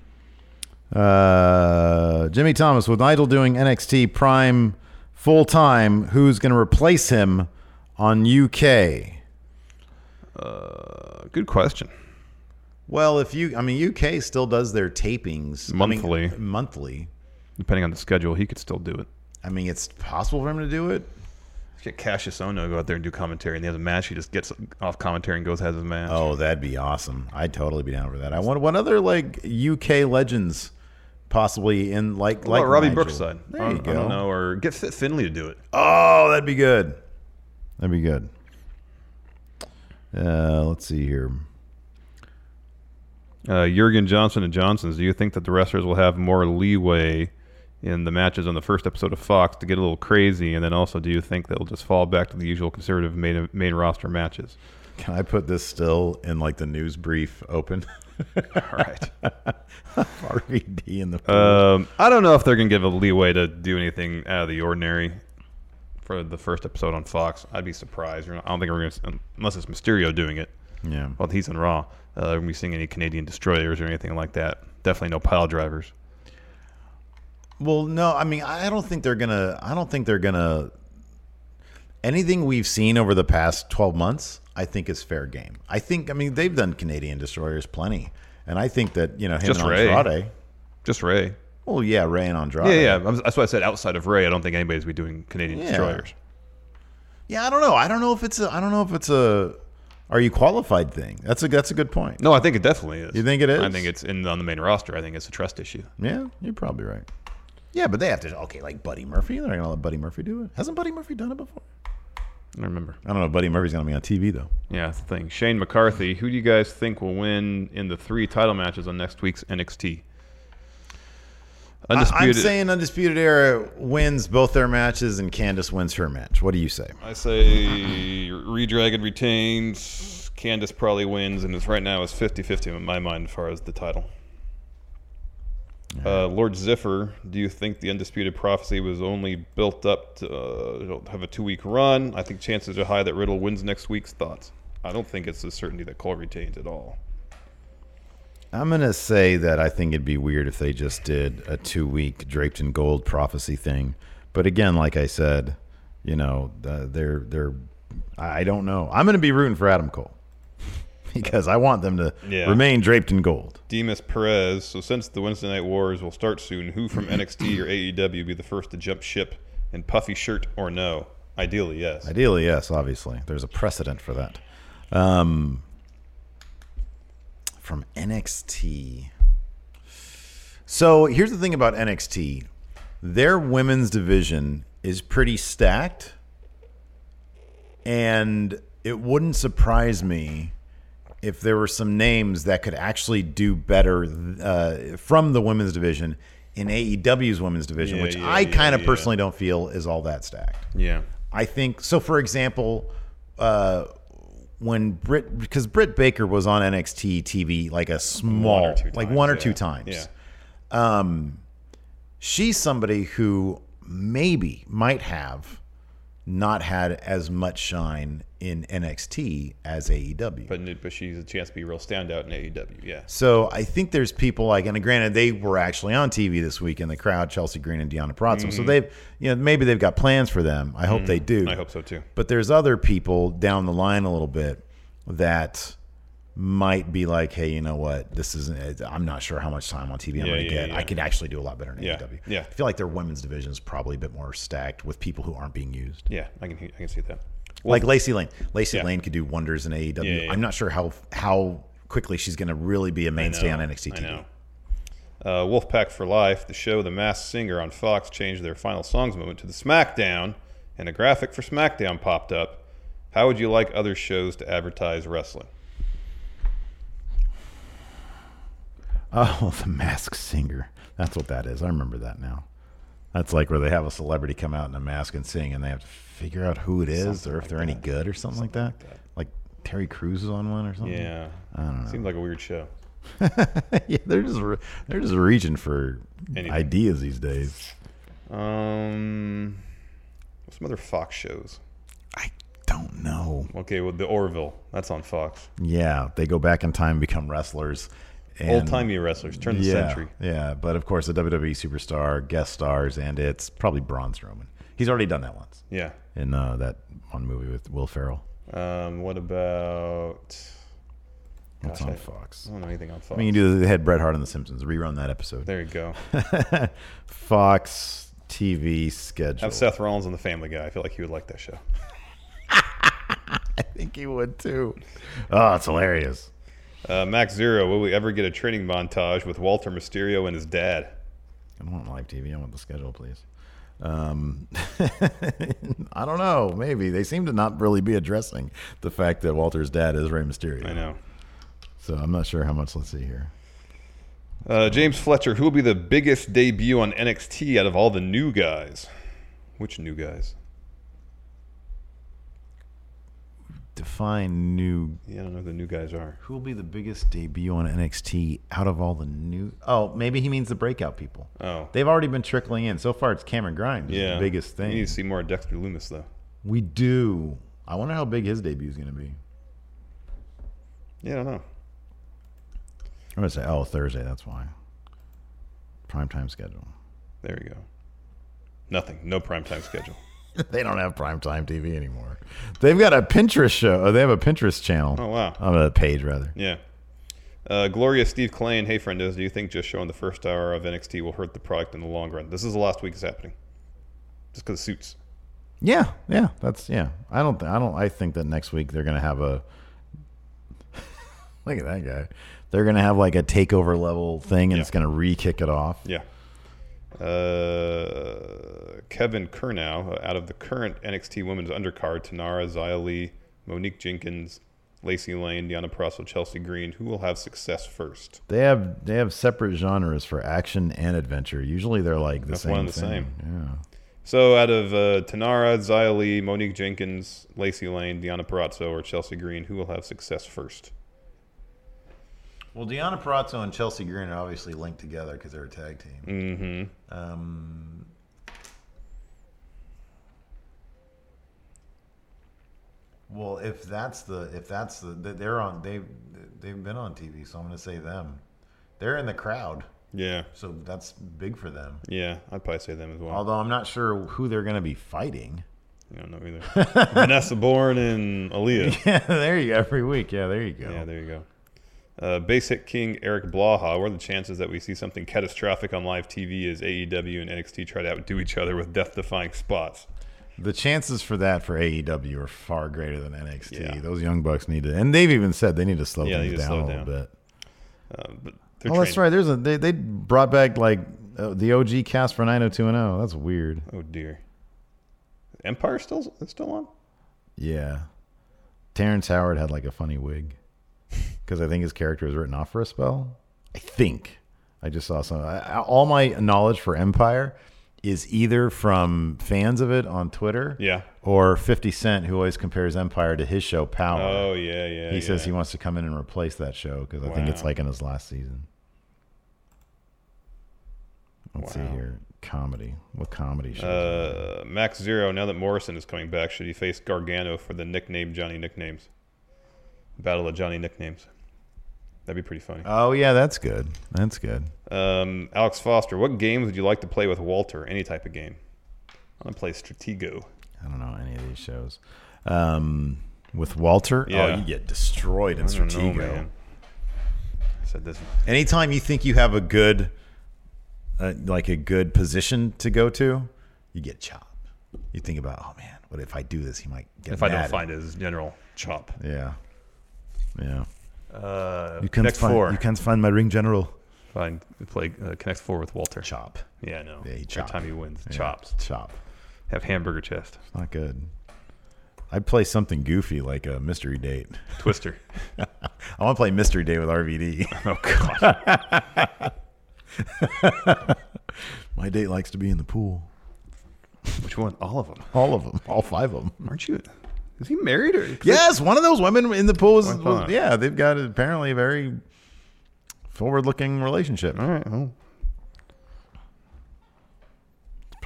E: Uh, Jimmy Thomas, with Nigel doing NXT Prime full time, who's going to replace him on UK?
F: Uh, good question.
E: Well, if you, I mean, UK still does their tapings I mean,
F: Monthly.
E: monthly.
F: Depending on the schedule, he could still do it.
E: I mean, it's possible for him to do it.
F: Let's get Cassius Ono to go out there and do commentary, and he has a match. He just gets off commentary and goes has his match.
E: Oh, that'd be awesome. I'd totally be down for that. I want what other like UK legends possibly in like
F: What about
E: like
F: Robbie
E: Nigel?
F: Brookside.
E: There
F: I,
E: you
F: I don't
E: go.
F: know, or get Fit Finley to do it.
E: Oh, that'd be good. That'd be good. Uh, let's see here.
F: Uh, Jurgen Johnson and Johnsons, do you think that the wrestlers will have more leeway in the matches on the first episode of Fox to get a little crazy? And then also, do you think they'll just fall back to the usual conservative main, main roster matches?
E: Can I put this still in like the news brief open? All
F: right.
E: RVD in the pool.
F: Um, I don't know if they're going to give a leeway to do anything out of the ordinary for the first episode on Fox. I'd be surprised. I don't think we're going to, unless it's Mysterio doing it.
E: yeah.
F: Well, he's on Raw. Uh, are we seeing any Canadian destroyers or anything like that? Definitely no pile drivers.
E: Well, no, I mean, I don't think they're gonna. I don't think they're gonna. Anything we've seen over the past twelve months, I think is fair game. I think. I mean, they've done Canadian destroyers plenty, and I think that you know him
F: Just
E: and
F: Ray.
E: Andrade.
F: Just Ray.
E: Well, yeah, Ray and Andrade.
F: Yeah, yeah. I'm- That's why I said outside of Ray, I don't think anybody's be doing Canadian
E: Yeah.
F: destroyers.
E: Yeah, I don't know. I don't know if it's. A, I don't know if it's a. Are you qualified thing? That's a. That's a good point.
F: No, I think it definitely is.
E: You think it is?
F: I think it's in on the main roster. I think it's a trust issue.
E: Yeah, you're probably right. Yeah, but they have to. Okay, like Buddy Murphy. They're not gonna let Buddy Murphy do it. Hasn't Buddy Murphy done it before?
F: I don't remember.
E: I don't know. if Buddy Murphy's gonna be on TV though.
F: Yeah, that's the thing. Shane McCarthy. Who do you guys think will win in the three title matches on next week's NXT?
E: I-
F: Undisputed.
E: I'm saying Undisputed Era wins both their matches and Candace wins her match. What do you say?
F: I say Redragon retains. Candace probably wins, and it's right now is 50-50 in my mind as far as the title. Uh, Lord Ziffer, do you think the Undisputed Prophecy was only built up to uh, have a two-week run? I think chances are high that Riddle wins next week's thoughts. I don't think it's a certainty that Cole retains at all.
E: I'm gonna say that I think it'd be weird if they just did a two week draped in gold prophecy thing. But again, like I said, you know, uh, they're they're I don't know. I'm gonna be rooting for Adam Cole because I want them to
F: Yeah.
E: remain draped in gold.
F: Demas Perez. So since the Wednesday Night Wars will start soon, who from NXT or AEW be the first to jump ship in puffy shirt or no? Ideally, yes.
E: Ideally, yes, obviously. There's a precedent for that. Um, from NXT. So here's the thing about NXT their women's division is pretty stacked. And it wouldn't surprise me if there were some names that could actually do better uh, from the women's division in AEW's women's division,
F: Yeah,
E: which
F: yeah,
E: I
F: yeah,
E: kind of
F: yeah.
E: personally don't feel is all that stacked.
F: Yeah.
E: I think so. For example, uh, when Britt because Britt Baker was on NXT TV like a small,
F: One or two
E: like
F: times,
E: one or
F: yeah.
E: two times.
F: Yeah.
E: Um, she's somebody who maybe might have not had as much shine in NXT as E AEW.
F: But, but she's a chance to be a real standout in AEW. Yeah.
E: So I think there's people like, and granted, they were actually on TV this week in the crowd, Chelsea Green and Deanna Pratzel. So
F: Mhm.
E: they've, you know, maybe they've got plans for them. I hope
F: Mhm.
E: they do.
F: I hope so too.
E: But there's other people down the line a little bit that might be like, hey, you know what? This isn't, I'm not sure how much time on TV I'm
F: Yeah,
E: going to
F: yeah,
E: get.
F: yeah.
E: I could actually do a lot better in
F: Yeah,
E: AEW.
F: yeah.
E: I feel like their women's division is probably a bit more stacked with people who aren't being used.
F: Yeah, I can I can see that.
E: like Lacey Lane. Lacey Lane could do wonders in AEW.
F: Yeah, yeah,
E: I'm not sure how how quickly she's going to really be a mainstay
F: know,
E: on NXT
F: I
E: TV.
F: know. Uh, Wolfpack for Life, the show The Masked Singer on Fox changed their final songs moment to the SmackDown, and a graphic for SmackDown popped up. How would you like other shows to advertise wrestling?
E: Oh, the mask singer. That's what that is. I remember that now. That's like where they have a celebrity come out in a mask and sing, and they have to figure out who it is or if they're any good or something, like that. Like Terry Crews is on one or something.
F: Yeah,
E: I don't know.
F: Seems like a weird show.
E: yeah, they're just re- they're just reaching for
F: Anything.
E: ideas these days.
F: Um, what's some other Fox shows? I don't
E: know.
F: Okay, well, The Orville, that's on Fox.
E: Yeah, they go back in time, become wrestlers. and-
F: Old-timey wrestlers, turn the
E: Yeah,
F: century.
E: Yeah, but of course, a WWE E superstar, guest stars, and it's probably Braun Strowman. He's already done that once.
F: Yeah.
E: In uh, that one movie with Will Ferrell.
F: Um, what about?
E: What's on
F: I-
E: Fox?
F: I don't know anything on Fox.
E: I mean, you do they had Bret Hart on The Simpsons. Rerun that episode.
F: There you go.
E: Fox TV schedule.
F: Have Seth Rollins on The Family Guy. I feel like he would like that show.
E: I think he would too. Oh, it's hilarious.
F: Uh, Max Zero, will we ever get a training montage with Walter Mysterio and his dad?
E: I don't want live TV. I want the schedule, please. Um, I don't know. Maybe they seem to not really be addressing the fact that Walter's dad is Rey Mysterio. I
F: know.
E: So I'm not sure how much. Let's see here.
F: Uh, James Fletcher, who will be the biggest debut on NXT out of all the new guys? Which new guys?
E: Define new.
F: Yeah, I don't know who the new guys are.
E: Who will be the biggest debut on NXT out of all the new? Oh, maybe he means the breakout people.
F: Oh.
E: They've already been trickling in. So far, it's Cameron Grimes. is
F: Yeah.
E: The biggest
F: We
E: thing.
F: need to see more of Dexter Loomis, though.
E: We do. I wonder how big his debut is going to be.
F: Yeah, I don't know.
E: I'm going to say, oh, Thursday. That's why. Primetime schedule.
F: There you go. Nothing. No primetime schedule.
E: they don't have primetime TV anymore. They've got a Pinterest show. Or they have a Pinterest channel.
F: Oh, wow.
E: On a page, rather.
F: Yeah. Uh, Gloria Steve Klein, hey, friendos, do you think just showing the first hour of NXT will hurt the product in the long run? This is the last week it's happening. Just because suits.
E: Yeah, yeah. That's yeah. I don't. Th- I don't. I think that next week they're gonna have a. Look at that guy. They're gonna have like a takeover level thing, and it's gonna re-kick it off.
F: Yeah. Uh, Kevin Kernow, uh, out of the current NXT women's undercard, Tanara, Xia Li, Monique Jenkins, Lacey Lane, Deanna Prasso, Chelsea Green, who will have success first?
E: They have they have separate genres for action and adventure. Usually they're like the
F: That's
E: same.
F: one and the
E: thing.
F: same.
E: Yeah.
F: So out of uh, Tanara, Xia Li, Monique Jenkins, Lacey Lane, Deanna Prasso, or Chelsea Green, who will have success first?
E: Well, Deanna Parazzo and Chelsea Green are obviously linked together because they're a tag team.
F: Mm-hmm.
E: Um, Well, if that's the if that's the th- they're on they they've been on TV, so I'm going to say them. They're in the crowd.
F: Yeah.
E: So that's big for them.
F: Yeah, I'd probably say them as well.
E: Although I'm not sure who they're going to be fighting.
F: I don't know either. Vanessa Bourne and Aaliyah.
E: Yeah, there you go. Every week. Yeah, there you go.
F: Yeah, there you go. Uh, basic King Eric Blaha. What are the chances that we see something catastrophic on live TV as AEW and NXT try to outdo each other with death-defying spots?
E: The chances for that for AEW are far greater than NXT. Those young bucks need to, and they've even said they need to slow
F: Yeah, they
E: things
F: need to
E: down
F: slow
E: a little
F: down.
E: bit.
F: Um, but
E: Oh,
F: they're
E: that's right. There's a they they brought back like uh, the OG cast for 90210. That's weird.
F: Oh dear. Empire still it's still on.
E: Yeah. Terrence Howard had like a funny wig because I think his character was written off for a spell. I think I just saw some. I, I- all my knowledge for Empire is either from fans of it on Twitter,
F: Yeah.
E: or 50 Cent, who always compares Empire to his show Power.
F: Oh, yeah, yeah,
E: He says
F: yeah.
E: he wants to come in and replace that show because I think it's
F: Wow.
E: like in his last season. Let's see here, comedy. What comedy show?
F: Uh, Max Zero. Now that Morrison is coming back, should he face Gargano for the nickname Johnny Nicknames? Battle of Johnny Nicknames. That'd be pretty funny.
E: oh yeah, that's good. That's good.
F: Um, Alex Foster, what games would you like to play with Walter? Any type of game? I'm gonna play Stratego.
E: I don't know any of these shows. Um, with Walter, oh,
F: Yeah.
E: you get destroyed in
F: I don't know,
E: Stratego.
F: man. I said this.
E: Anytime you think you have a good, uh, like a good position to go to, you get chopped. You think about, oh man, what if I do this? He might get
F: if I
E: mad
F: don't
E: at
F: find his general chop.
E: me. yeah, yeah.
F: Uh,
E: you can't
F: Connect
E: find
F: four.
E: you can't find my ring general.
F: Fine. Play uh, Connect Four with Walter.
E: Chop.
F: Yeah, no.
E: Yeah, he
F: Every
E: chop.
F: time he wins,
E: Yeah,
F: chops.
E: Chop.
F: Have hamburger chest.
E: It's not good. I'd play something goofy like a mystery date.
F: Twister.
E: I want to play mystery date with RVD. Oh god. My date likes to be in the pool.
F: Which one? All of them.
E: All of them. All five of them.
F: Aren't you? Is he married or?
E: Yes, one of those women in the pool was,
F: I
E: was-
F: thought.
E: yeah, they've got apparently a very forward-looking relationship. All
F: right.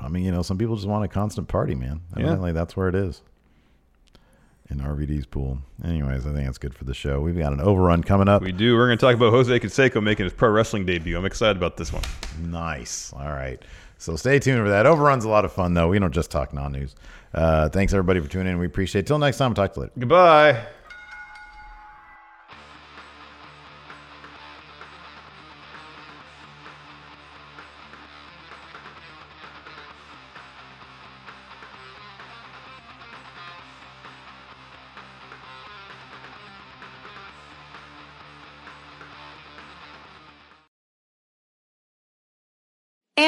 E: I mean, you know, some people just want a constant party, man.
F: Yeah.
E: Evidently, that's where it is. In RVD's pool. Anyways, I think that's good for the show. We've got an overrun coming up.
F: We do. We're going to talk about Jose Canseco making his pro wrestling debut. I'm excited about this one.
E: Nice. All right. So stay tuned for that. Overrun's a lot of fun, though. We don't just talk non news. Uh, thanks, everybody, for tuning in. We appreciate it. Till next time, talk to you later.
F: Goodbye.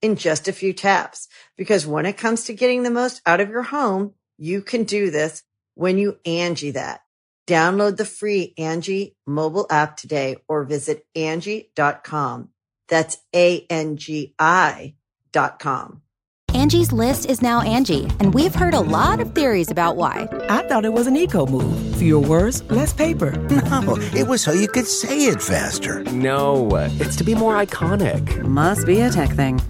A: in just a few taps. Because when it comes to getting the most out of your home, you can do this when you Angie that. Download the free Angie mobile app today or visit Angie.com. That's A-N-G-I dot com.
H: Angie's list is now Angie, and we've heard a lot of theories about why.
I: I thought it was an eco move. Fewer words, less paper. No,
J: it was so you could say it faster. No, it's to be more iconic.
K: Must be a tech thing.